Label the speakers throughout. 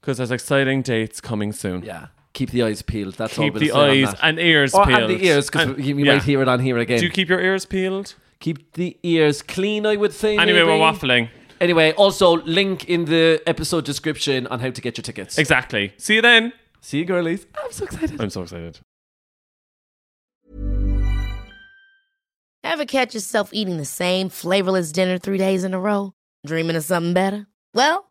Speaker 1: because there's exciting dates coming soon.
Speaker 2: yeah, keep the eyes peeled. That's all
Speaker 1: Keep
Speaker 2: we'll
Speaker 1: the
Speaker 2: say on
Speaker 1: eyes
Speaker 2: that.
Speaker 1: and ears
Speaker 2: or
Speaker 1: peeled.
Speaker 2: and the ears because
Speaker 1: And-
Speaker 2: you, you
Speaker 1: yeah.
Speaker 2: might hear it on here again.
Speaker 1: Do you keep your ears peeled?
Speaker 2: keep the ears clean, I would say.
Speaker 1: Anyway,
Speaker 2: maybe.
Speaker 1: we're waffling.
Speaker 2: Anyway, also link in the episode description on how to get your tickets.
Speaker 1: Exactly. See you then.
Speaker 2: See you, girlies. I'm so excited.
Speaker 1: I'm so excited.
Speaker 3: Ever catch yourself eating the same flavorless dinner three days in a row? Dreaming of something better? Well,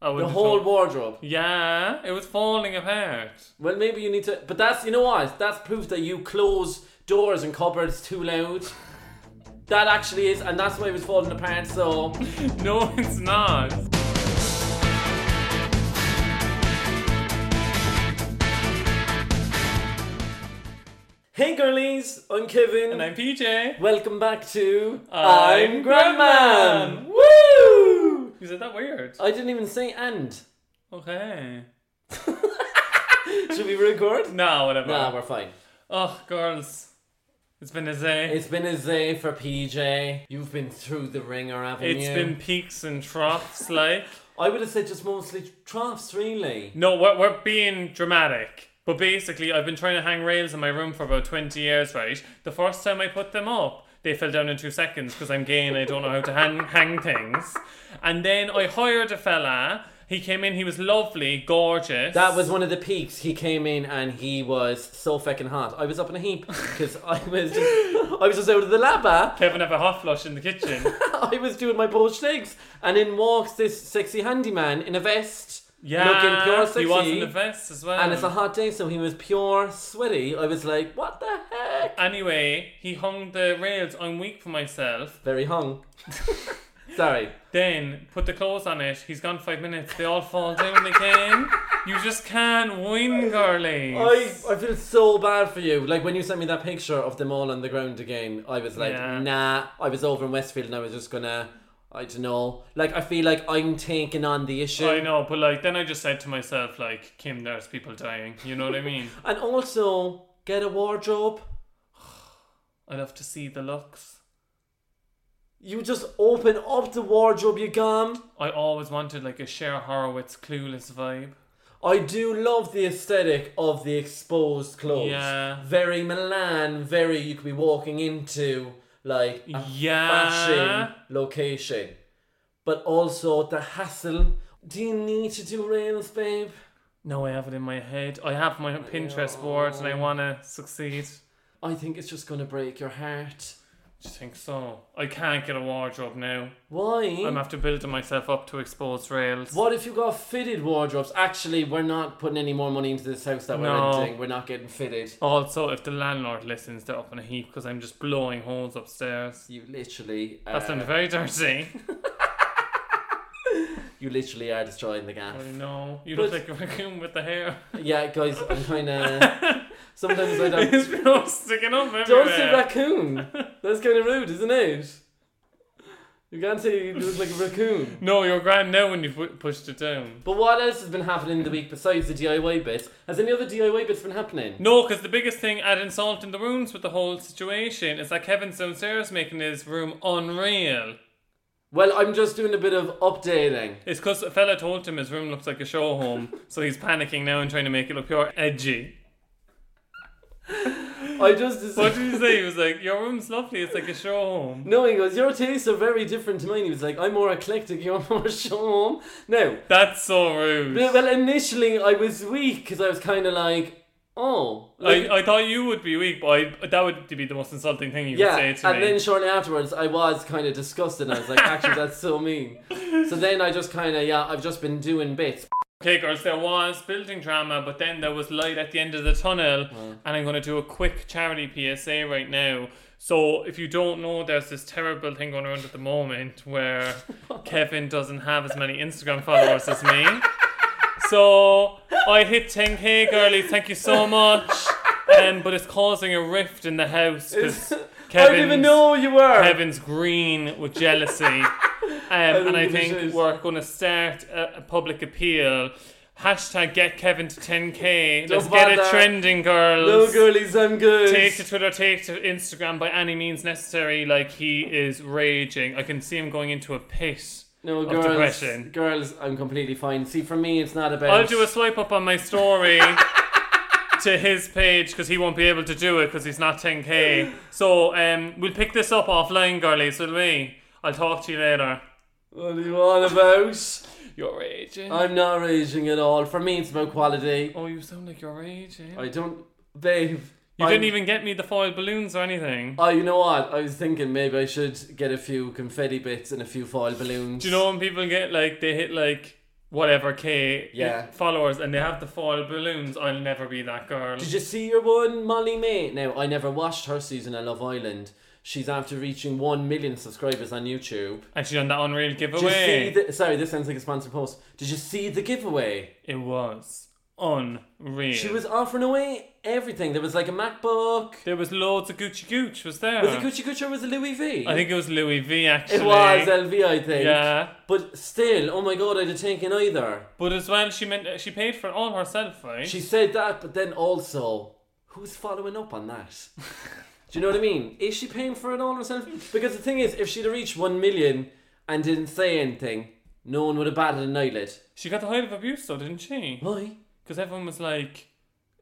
Speaker 1: Oh,
Speaker 2: The whole wardrobe.
Speaker 1: Yeah, it was falling apart.
Speaker 2: Well, maybe you need to. But that's you know what? That's proof that you close doors and cupboards too loud. That actually is, and that's why it was falling apart. So
Speaker 1: No, it's not.
Speaker 2: hey, girlies, I'm Kevin.
Speaker 1: And I'm PJ.
Speaker 2: Welcome back to Grandman.
Speaker 1: I'm Grandman.
Speaker 2: Woo!
Speaker 1: You said that weird.
Speaker 2: I didn't even say and.
Speaker 1: Okay.
Speaker 2: Should we record?
Speaker 1: No, whatever.
Speaker 2: nah, we're fine.
Speaker 1: Oh, girls, it's been a day.
Speaker 2: It's been a day for PJ. You've been through the ringer, haven't
Speaker 1: It's
Speaker 2: you?
Speaker 1: been peaks and troughs, like.
Speaker 2: I would have said just mostly troughs, really.
Speaker 1: No, we're, we're being dramatic. But basically, I've been trying to hang rails in my room for about 20 years, right? The first time I put them up, they fell down in two seconds because I'm gay and I don't know how to hang, hang things. And then I hired a fella. He came in, he was lovely, gorgeous.
Speaker 2: That was one of the peaks. He came in and he was so fucking hot. I was up in a heap because I was just, I was just out of the lab. ah.
Speaker 1: Kevin have a hot flush in the kitchen.
Speaker 2: I was doing my poached eggs, and in walks this sexy handyman in a vest, looking
Speaker 1: Yeah,
Speaker 2: pure sexy.
Speaker 1: he was in the vest as well.
Speaker 2: And it's a hot day, so he was pure sweaty. I was like, what the heck?
Speaker 1: Anyway, he hung the rails. I'm weak for myself.
Speaker 2: Very hung. Sorry.
Speaker 1: Then put the clothes on it. He's gone five minutes. They all fall down again. You just can't win, girlies.
Speaker 2: I, I feel so bad for you. Like when you sent me that picture of them all on the ground again, I was like,
Speaker 1: Yeah.
Speaker 2: nah. I was over in Westfield and I was just gonna, I don't know. Like I feel like I'm taking on the issue.
Speaker 1: I know, but like then I just said to myself, like, Kim, there's people dying. You know what I mean?
Speaker 2: And also get a wardrobe.
Speaker 1: I'd have to see the looks.
Speaker 2: You just open up the wardrobe, you gum.
Speaker 1: I always wanted like a Cher Horowitz clueless vibe.
Speaker 2: I do love the aesthetic of the exposed clothes.
Speaker 1: Yeah.
Speaker 2: Very Milan. Very you could be walking into like a
Speaker 1: Yeah. Uh-huh.
Speaker 2: fashion location, but also the hassle. Do you need to do rails, babe?
Speaker 1: No, I have it in my head. I have my Pinterest board, and I want to succeed.
Speaker 2: I think it's just gonna break your heart.
Speaker 1: Do you think so? I can't get a wardrobe now.
Speaker 2: Why?
Speaker 1: I'm after building myself up to expose rails.
Speaker 2: what if you got fitted wardrobes? Actually, we're not putting any more money into this house that we're
Speaker 1: No.
Speaker 2: renting. We're not getting fitted.
Speaker 1: Also, if the landlord listens, they're up in a heap because I'm just blowing holes upstairs.
Speaker 2: You literally,
Speaker 1: That
Speaker 2: uh,
Speaker 1: sounded very dirty.
Speaker 2: you literally are destroying the gaff.
Speaker 1: I know. You
Speaker 2: But-
Speaker 1: look like a raccoon with the hair.
Speaker 2: Yeah, guys, I'm kind of. Sometimes I don't.
Speaker 1: It's been all sticking up everywhere.
Speaker 2: Don't say raccoon. That's kind of rude, isn't it? You can't say you look like a raccoon.
Speaker 1: No, you're grand now when you pu- pushed it down.
Speaker 2: But what else has been happening in the week besides the DIY bit? Has any other DIY bits been happening?
Speaker 1: No, because the biggest thing adding salt in the wounds with the whole situation is that Kevin's downstairs making his room unreal.
Speaker 2: Well, I'm just doing a bit of updating.
Speaker 1: It's because a fella told him his room looks like a show home, so he's panicking now and trying to make it look pure edgy.
Speaker 2: I just
Speaker 1: What
Speaker 2: decided.
Speaker 1: did he say? He was like, "Your room's lovely. It's like a show home."
Speaker 2: No, he goes, your tastes are very different to mine. He was like, I'm more eclectic, you're more show. No,
Speaker 1: That's so rude.
Speaker 2: Yeah, Well, initially I was weak because I was kind of like, oh, like,
Speaker 1: I, I thought you would be weak, but I, that would be the most insulting thing you
Speaker 2: yeah.
Speaker 1: could say
Speaker 2: And
Speaker 1: to me.
Speaker 2: then shortly afterwards, I was kind of disgusted. I was like, actually, that's so mean. So then I just kind of yeah, I've just been doing bits.
Speaker 1: Okay, girls, there was building drama, but then there was light at the end of the tunnel.
Speaker 2: Mm.
Speaker 1: And I'm going to do a quick charity PSA right now. So, if you don't know, there's this terrible thing going around at the moment where Kevin doesn't have as many Instagram followers as me. So, I hit 10k, girlies. Thank you so much. Um, but it's causing a rift in the house because
Speaker 2: I didn't even know who you were.
Speaker 1: Kevin's green with jealousy. Um, and I
Speaker 2: give a
Speaker 1: think
Speaker 2: shit.
Speaker 1: we're going to start a, a public appeal. Hashtag get Kevin to 10k. Let's get it
Speaker 2: bother.
Speaker 1: trending, girls.
Speaker 2: No girlies, I'm good.
Speaker 1: Take to Twitter, take to Instagram by any means necessary. Like he is raging. I can see him going into a pit
Speaker 2: no
Speaker 1: of
Speaker 2: girls,
Speaker 1: depression.
Speaker 2: girls, I'm completely fine. See, for me, it's not about.
Speaker 1: I'll do a swipe up on my story to his page because he won't be able to do it because he's not 10k. So um, we'll pick this up offline, girlies, will we? I'll talk to you later.
Speaker 2: What are you on about?
Speaker 1: You're raging.
Speaker 2: I'm not raging at all. For me, it's about quality.
Speaker 1: oh, you sound like eh? you're raging.
Speaker 2: I don't, babe.
Speaker 1: Oh, you didn't even get me the foil balloons or anything.
Speaker 2: Oh, you know what? I was thinking maybe I should get a few confetti bits and a few foil balloons.
Speaker 1: Do you know when people get like they hit like whatever k
Speaker 2: Yeah.
Speaker 1: followers and they have the foil balloons? I'll never be that girl.
Speaker 2: Did you see your one, Molly May? Now, I never watched her season of Love Island. She's after reaching 1 million subscribers on YouTube.
Speaker 1: and she done that unreal
Speaker 2: Did you see
Speaker 1: giveaway.
Speaker 2: the, sorry, this sounds like a sponsored post. Did you see the giveaway?
Speaker 1: it was unreal.
Speaker 2: She was offering away everything. There was like a MacBook.
Speaker 1: There was loads of Gucci Gooch. Was there?
Speaker 2: Was it Gucci Gucci or was it Louis V?
Speaker 1: I think it was Louis V. Actually,
Speaker 2: it was LV, I think.
Speaker 1: Yeah,
Speaker 2: But still, oh my god, I'd have taken either.
Speaker 1: but as well, she meant she paid for it all herself, right?
Speaker 2: She said that, but then also, who's following up on that? Do you know what I mean? Is she paying for it all herself? Because the thing is, if she'd have reached 1 million and didn't say anything, no one would have batted an eyelid.
Speaker 1: she got the height of abuse though, didn't she?
Speaker 2: Why?
Speaker 1: Because everyone was like,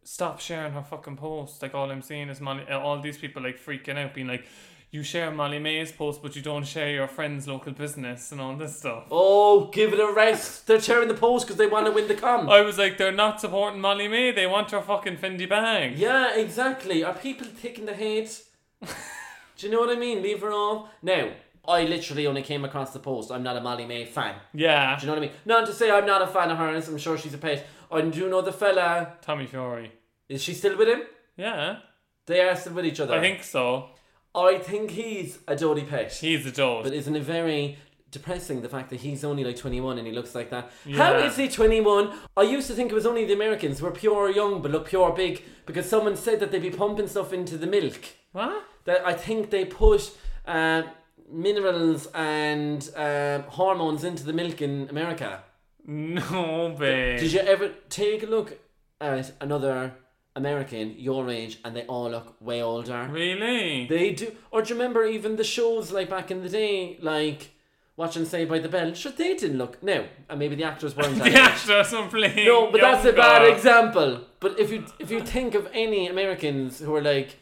Speaker 1: "Stop sharing her fucking post." Like all I'm seeing is Molly. uh, All these people like freaking out, being like, "You share Molly May's post, but you don't share your friend's local business and all this stuff."
Speaker 2: Oh, give it a rest. They're tearing the post because they want to win the comp.
Speaker 1: I was like, "They're not supporting Molly May. They want her fucking Fendi bag."
Speaker 2: yeah, exactly. Are people taking the hate? Do you know what I mean? Leave her off. Now, I literally only came across the post. I'm not a Molly May fan.
Speaker 1: Yeah.
Speaker 2: Do you know what I mean? Not to say I'm not a fan of hers. I'm sure she's a pet. I do know the fella.
Speaker 1: Tommy Fury.
Speaker 2: Is she still with him?
Speaker 1: Yeah,
Speaker 2: They are still with each other.
Speaker 1: I think so.
Speaker 2: I think he's a Dodie Pitt.
Speaker 1: He's a dope.
Speaker 2: but isn't it very depressing the fact that he's only like 21 and he looks like that? How
Speaker 1: Yeah.
Speaker 2: is he 21? I used to think it was only the Americans who were pure young but look pure big because someone said that they'd be pumping stuff into the milk.
Speaker 1: what?
Speaker 2: That I think they put uh, minerals and uh, hormones into the milk in America.
Speaker 1: No, babe.
Speaker 2: Did you ever take a look at another American your age and they all look way older?
Speaker 1: really?
Speaker 2: They do. Or do you remember even the shows like back in the day, like watching Say by the Bell? Sure, they didn't look. No, and maybe the actors weren't. that
Speaker 1: the
Speaker 2: age.
Speaker 1: actors are playing.
Speaker 2: No, but that's a
Speaker 1: younger.
Speaker 2: bad example. But if you if you think of any Americans who are like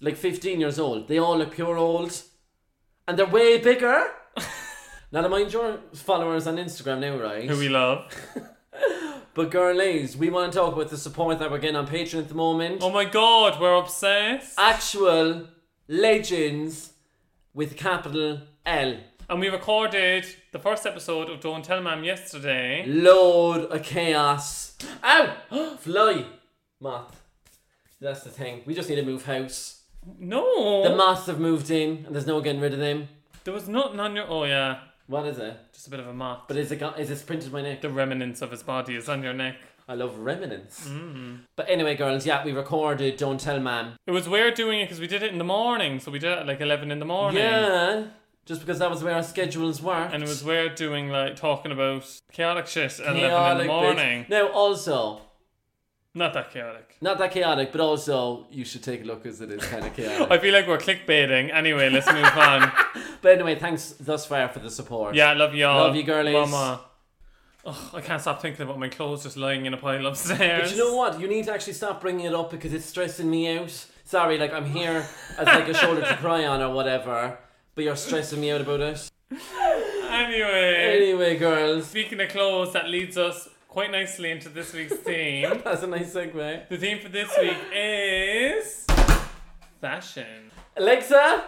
Speaker 2: like fifteen years old, they all look pure old, and they're way bigger. now, to mind your followers on Instagram now, right?
Speaker 1: Who we love.
Speaker 2: But girlies, we want to talk about the support that we're getting on Patreon at the moment.
Speaker 1: Oh my god, we're obsessed.
Speaker 2: Actual legends with capital L.
Speaker 1: And we recorded the first episode of Don't Tell Mam yesterday.
Speaker 2: Load of chaos. Ow! Fly! Moth. That's the thing. We just need to move house.
Speaker 1: No,
Speaker 2: The moths have moved in and there's no getting rid of them.
Speaker 1: there was nothing on your. Oh yeah,
Speaker 2: What is it?
Speaker 1: just a bit of a moth.
Speaker 2: But is it got, is it sprinted my neck?
Speaker 1: the remnants of his body is on your neck.
Speaker 2: I love remnants. Mm. But anyway, girls, yeah, we recorded Don't Tell Mam.
Speaker 1: It was weird doing it because we did it in the morning, so we did it at like eleven in the morning.
Speaker 2: Yeah. Just because that was where our schedules were.
Speaker 1: And it was weird doing like talking about chaotic shit at eleven in the
Speaker 2: Chaotic bits.
Speaker 1: morning.
Speaker 2: Now also,
Speaker 1: Not that chaotic.
Speaker 2: Not that chaotic, but also you should take a look because it is kind of chaotic.
Speaker 1: I feel like we're clickbaiting. Anyway, let's move on.
Speaker 2: but anyway, thanks thus far for the support.
Speaker 1: Yeah, love you all.
Speaker 2: Love you, girlies.
Speaker 1: Mama. Ugh, I can't stop thinking about my clothes just lying in a pile
Speaker 2: But
Speaker 1: upstairs.
Speaker 2: you know what? You need to actually stop bringing it up because it's stressing me out. Sorry, like I'm here as like a shoulder to cry on or whatever, but you're stressing me out about it.
Speaker 1: Anyway,
Speaker 2: Anyway, girls,
Speaker 1: speaking of clothes, that leads us quite nicely into this week's theme.
Speaker 2: that's a nice segue.
Speaker 1: the theme for this week is fashion.
Speaker 2: Alexa,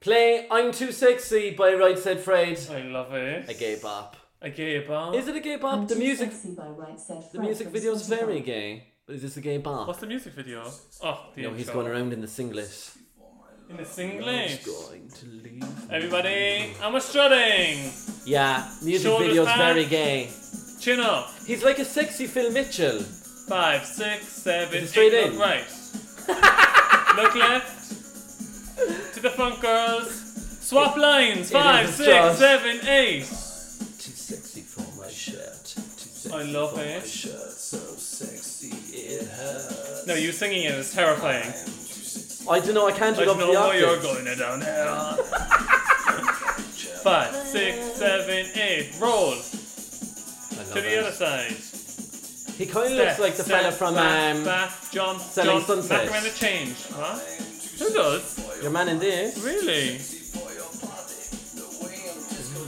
Speaker 2: play "I'm Too Sexy" by Right Said Fred.
Speaker 1: I love it.
Speaker 2: A gay bop.
Speaker 1: A gay bar.
Speaker 2: Is it a gay bop? The music, the
Speaker 4: the
Speaker 2: music video's very gay, but is this a gay bop?
Speaker 1: What's the music video? Oh, the
Speaker 2: No, he's
Speaker 1: intro.
Speaker 2: going around in the singlet.
Speaker 1: in the singlet.
Speaker 2: Going to leave.
Speaker 1: Everybody, I'm a strutting.
Speaker 2: Yeah, music
Speaker 1: Shoulders
Speaker 2: video's
Speaker 1: back.
Speaker 2: very gay.
Speaker 1: Chin up.
Speaker 2: He's like a sexy Phil Mitchell.
Speaker 1: Five, six, seven,
Speaker 2: Is it straight in?
Speaker 1: eight. Look right. Look left. To the funk girls. Swap lines.
Speaker 2: It is
Speaker 1: Five,
Speaker 2: a
Speaker 1: six,
Speaker 2: strut.
Speaker 1: seven, eight.
Speaker 2: Too sexy for my shirt. Too sexy
Speaker 1: I love
Speaker 2: for my
Speaker 1: it.
Speaker 2: shirt. So sexy it hurts.
Speaker 1: No, you singing it is terrifying.
Speaker 2: I don't know. I can't
Speaker 1: I
Speaker 2: do
Speaker 1: don't
Speaker 2: up
Speaker 1: know
Speaker 2: the
Speaker 1: why you're
Speaker 2: octave.
Speaker 1: going down there. Five, six, seven, eight. Roll to
Speaker 2: I love
Speaker 1: the
Speaker 2: it.
Speaker 1: other side.
Speaker 2: He kind of looks like the fella from um,
Speaker 1: back, jump,
Speaker 2: Selling
Speaker 1: jump,
Speaker 2: Sunset.
Speaker 1: back around the change. Huh? Who does?
Speaker 2: your man in there.
Speaker 1: Really?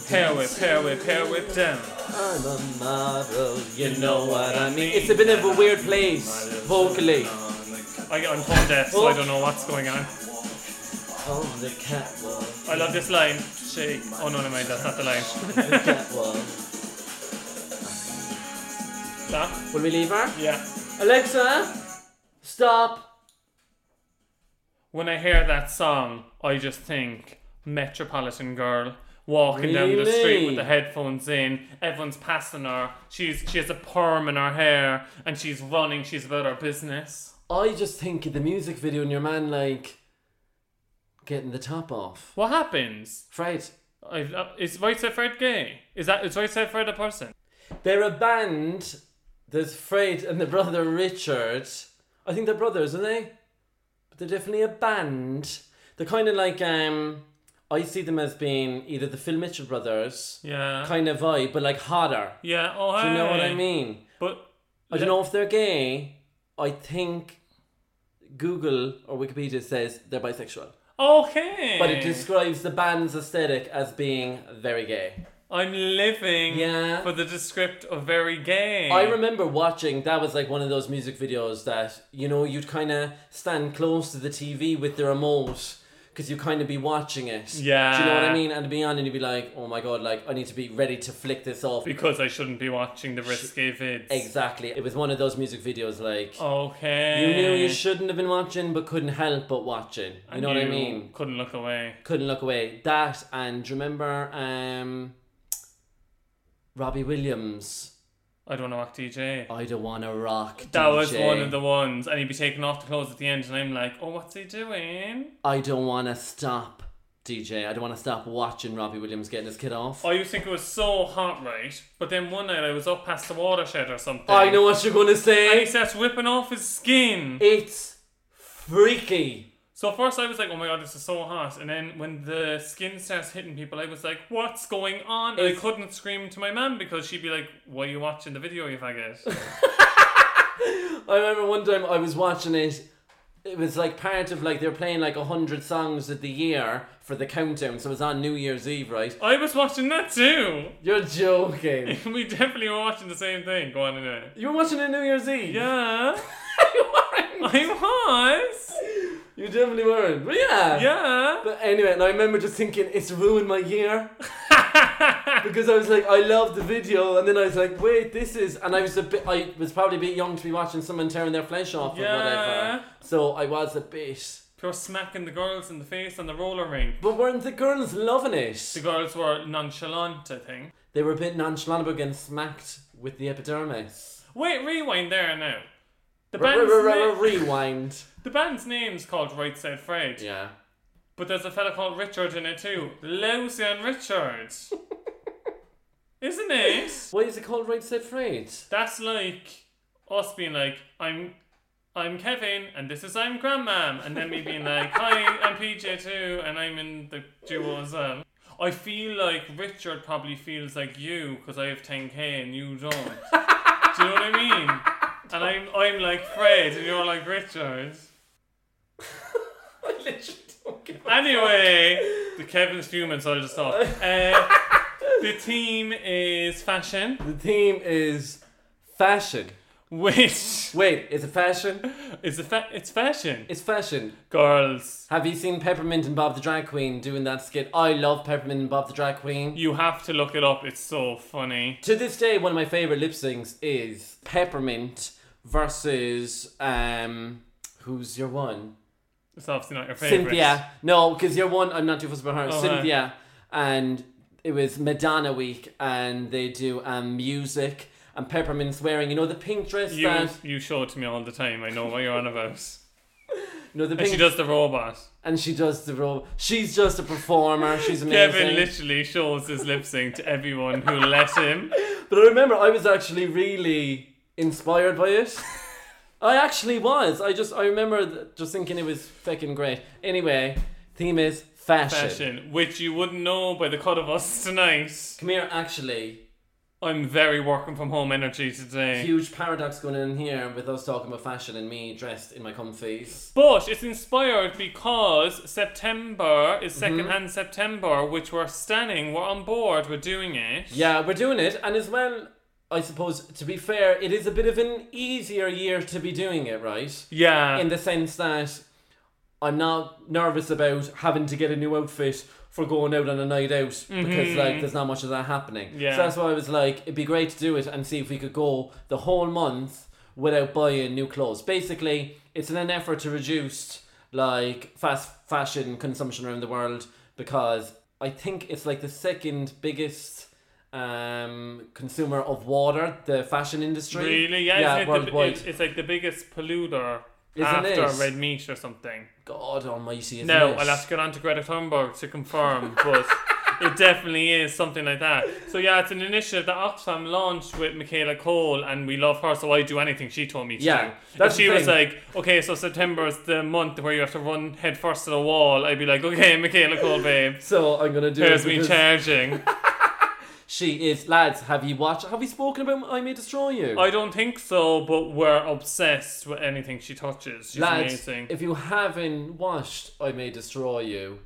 Speaker 1: Hair whip, hair whip, hair whip down.
Speaker 2: I'm a model, you know what I mean. It's a bit of a weird place vocally.
Speaker 1: I, I'm tone deaf, so
Speaker 2: Oh.
Speaker 1: I don't know what's going on.
Speaker 2: On the catwalk,
Speaker 1: I love this line. Shake. Oh no, no, mind. That's not the line.
Speaker 2: catwalk.
Speaker 1: that?
Speaker 2: Will we leave her?
Speaker 1: Yeah.
Speaker 2: Alexa, stop.
Speaker 1: When I hear that song, I just think Metropolitan Girl walking down the street
Speaker 2: Really?
Speaker 1: with the headphones in. Everyone's passing her. She's she has a perm in her hair, and she's running. She's about her business.
Speaker 2: I just think of the music video and your man like getting the top off.
Speaker 1: What happens?
Speaker 2: Fred,
Speaker 1: I, uh, is Right Said Fred gay? Is that is Right Said Fred a person?
Speaker 2: they're a band. There's Fred and the brother Richard. I think they're brothers, aren't they? But they're definitely a band. They're kind of like um. I see them as being either the Phil Mitchell brothers.
Speaker 1: Yeah.
Speaker 2: kind of vibe, but like hotter.
Speaker 1: yeah. Oh,
Speaker 2: Do you know what
Speaker 1: hey.
Speaker 2: I mean?
Speaker 1: But
Speaker 2: I
Speaker 1: Yeah.
Speaker 2: don't know if they're gay. I think Google or Wikipedia says they're bisexual,
Speaker 1: okay.
Speaker 2: but it describes the band's aesthetic as being very gay.
Speaker 1: I'm living
Speaker 2: Yeah.
Speaker 1: for the descript of very gay.
Speaker 2: I remember watching that was like one of those music videos that you know you'd kind of stand close to the TV with the remote because you kind of be watching it. Do you know what
Speaker 1: Yeah.
Speaker 2: I mean? And be on and you'd be like, oh my god, like I need to be ready to flick this off.
Speaker 1: because I shouldn't be watching the risque vids.
Speaker 2: Exactly. It was one of those music videos like.
Speaker 1: Oh, Okay.
Speaker 2: You knew you shouldn't have been watching, but couldn't help but watching. You know what I
Speaker 1: you
Speaker 2: mean?
Speaker 1: Couldn't look away.
Speaker 2: Couldn't look away. That and do you remember um, Robbie Williams.
Speaker 1: I don't know what DJ.
Speaker 2: I don't wanna rock.
Speaker 1: That was
Speaker 2: DJ.
Speaker 1: one of the ones, and he'd be taking off the clothes at the end, and I'm like, oh, what's he doing?
Speaker 2: I don't wanna stop, DJ. I don't wanna stop watching Robbie Williams getting his kid off.
Speaker 1: I used to think it was so hot, right? But then one night I was up past the watershed or something.
Speaker 2: I know what you're gonna
Speaker 1: And he
Speaker 2: say.
Speaker 1: starts ripping off his skin.
Speaker 2: It's freaky.
Speaker 1: So first I was like, oh my god, this is so hot. And then when the skin starts hitting people, I was like, what's going on? And I
Speaker 2: It's-
Speaker 1: couldn't scream to my mum because she'd be like, why are you watching the video, you faggot?
Speaker 2: I remember one time I was watching it. It was like part of like they were playing like a hundred songs of the year for the countdown, so it was on New Year's Eve, right?
Speaker 1: I was watching that too.
Speaker 2: You're joking.
Speaker 1: We definitely were watching the same thing. Go on anyway.
Speaker 2: You were watching it New Year's Eve.
Speaker 1: Yeah,
Speaker 2: you weren't.
Speaker 1: I was.
Speaker 2: You definitely weren't. But yeah.
Speaker 1: Yeah.
Speaker 2: But anyway, and I remember just thinking it's ruined my year because I was like, I love the video, and then I was like, wait, this is, and I was a bit, I was probably a bit young to be watching someone tearing their flesh off or
Speaker 1: Yeah.
Speaker 2: whatever. So I was a bit.
Speaker 1: Pure smacking the girls in the face on the roller rink.
Speaker 2: But weren't the girls loving it?
Speaker 1: The girls were nonchalant, I think.
Speaker 2: They were a bit nonchalant about getting smacked with the epidermis.
Speaker 1: Wait, rewind there now. The
Speaker 2: R-
Speaker 1: band's,
Speaker 2: r- r-
Speaker 1: na-
Speaker 2: Rewind.
Speaker 1: the band's name's called Right Said Fred.
Speaker 2: Yeah.
Speaker 1: But there's a fella called Richard in it too. Lousy and Richard. Isn't it?
Speaker 2: Why is it called Right Said Fred?
Speaker 1: That's like us being like, I'm I'm Kevin and this is I'm Grandmam and then me being like, Hi, I'm PJ too and I'm in the duo as well. I feel like Richard probably feels like you because I have 10k and you don't. Do you know what I mean? And I'm I'm like Fred and you're like Richard.
Speaker 2: I literally don't give a
Speaker 1: Anyway, the Kevin's human, so I'll just stop. Uh, the team is fashion,
Speaker 2: The theme is fashion.
Speaker 1: which
Speaker 2: Wait, is it fashion?
Speaker 1: is a fa- it's fashion.
Speaker 2: It's fashion.
Speaker 1: Girls,
Speaker 2: Have you seen Peppermint and Bob the Drag Queen doing that skit? I love Peppermint and Bob the Drag Queen.
Speaker 1: you have to look it up. It's so funny.
Speaker 2: To this day, one of my favorite lip syncs is Peppermint versus um, who's your one?
Speaker 1: It's obviously not your favorite.
Speaker 2: Cynthia. No, because your one, I'm not too fussed about her.
Speaker 1: Oh, hi.
Speaker 2: Cynthia, and it was Madonna week, and they do um music, and Peppermint's wearing, you know, the pink dress
Speaker 1: You
Speaker 2: that,
Speaker 1: you show it to me all the time. I know what you're on about.
Speaker 2: you know, the
Speaker 1: And
Speaker 2: pink,
Speaker 1: she does the robot.
Speaker 2: and she does the role. She's just a performer. She's amazing.
Speaker 1: Kevin literally shows his lip sync to everyone who let him.
Speaker 2: But I remember I was actually really inspired by it. I actually was. I just I remember th- just thinking it was fucking great. Anyway, theme is fashion.
Speaker 1: Fashion, which you wouldn't know by the cut of us tonight.
Speaker 2: Come here, actually.
Speaker 1: I'm very working from home energy today.
Speaker 2: Huge paradox going in here with us talking about fashion and me dressed in my comfies.
Speaker 1: But it's inspired because September
Speaker 2: Mm-hmm.
Speaker 1: is secondhand September, which we're standing, we're on board, we're doing it.
Speaker 2: Yeah, we're doing it, and as well, I suppose to be fair, it is a bit of an easier year to be doing it, right?
Speaker 1: Yeah.
Speaker 2: in the sense that I'm not nervous about having to get a new outfit for going out on a night out because like there's not much of that happening.
Speaker 1: Mm-hmm. Yeah.
Speaker 2: So that's why I was like, it'd be great to do it and see if we could go the whole month without buying new clothes. Basically, it's in an effort to reduce like fast fashion consumption around the world because I think it's like the second biggest um consumer of water, the fashion industry.
Speaker 1: really? Yeah,
Speaker 2: yeah
Speaker 1: isn't it the,
Speaker 2: worldwide.
Speaker 1: it- it's like the biggest polluter
Speaker 2: Isn't
Speaker 1: after
Speaker 2: it?
Speaker 1: red meat or something.
Speaker 2: God almighty isn't
Speaker 1: No,
Speaker 2: it?
Speaker 1: I'll have to get on to Greta Thunberg to confirm, but it definitely is something like that. So yeah, it's an initiative that Oxfam launched with Michaela Cole, and we love her, so I do anything she told me to
Speaker 2: Yeah,
Speaker 1: do.
Speaker 2: that's
Speaker 1: if she
Speaker 2: the
Speaker 1: was
Speaker 2: thing.
Speaker 1: like, okay, so September is the month where you have to run headfirst to the wall, I'd be like, okay, Michaela Cole, babe,
Speaker 2: So I'm gonna do
Speaker 1: here's
Speaker 2: it
Speaker 1: me
Speaker 2: because
Speaker 1: charging.
Speaker 2: she is lads. Have you watched? Have we spoken about I May Destroy You?
Speaker 1: I don't think so, but we're obsessed with anything she touches. She's
Speaker 2: lads,
Speaker 1: amazing.
Speaker 2: if you haven't watched I May Destroy You,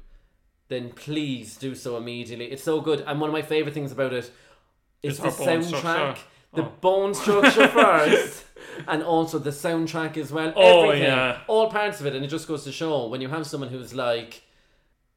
Speaker 2: then please do so immediately. It's so good, and one of my favorite things about it is
Speaker 1: Is
Speaker 2: the
Speaker 1: her bone
Speaker 2: soundtrack,
Speaker 1: structure.
Speaker 2: the
Speaker 1: Oh.
Speaker 2: bone structure first, and also the soundtrack as well.
Speaker 1: Oh,
Speaker 2: Everything,
Speaker 1: yeah.
Speaker 2: all parts of it, and it just goes to show when you have someone who's like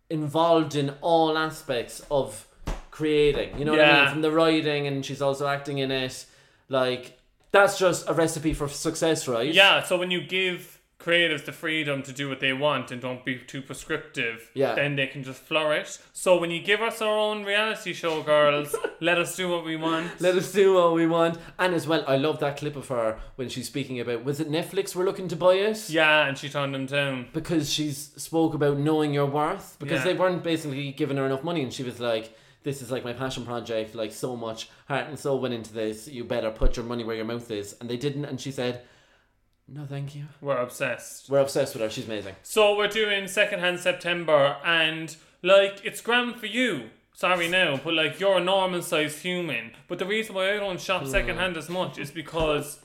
Speaker 2: involved in all aspects of creating. You know what I mean?
Speaker 1: Yeah.
Speaker 2: From the writing, and she's also acting in it. Like that's just a recipe for success, right?
Speaker 1: Yeah, so when you give creatives the freedom to do what they want and don't be too prescriptive,
Speaker 2: Yeah.
Speaker 1: then they can just flourish. So when you give us our own reality show, girls, let us do what we want.
Speaker 2: Let us do what we want. And as well, I love that clip of her when she's speaking about was it Netflix we're looking to buy it?
Speaker 1: yeah, and she turned them down.
Speaker 2: Because she's spoke about knowing your worth. Because
Speaker 1: Yeah.
Speaker 2: they weren't basically giving her enough money and she was like, This is like my passion project, like so much heart and soul went into this, you better put your money where your mouth is. And they didn't and she said, No thank you.
Speaker 1: We're obsessed.
Speaker 2: We're obsessed with her, she's amazing.
Speaker 1: So we're doing secondhand September, and like it's grand for you. Sorry now, but like you're a normal sized human. But the reason why I don't shop secondhand as much is because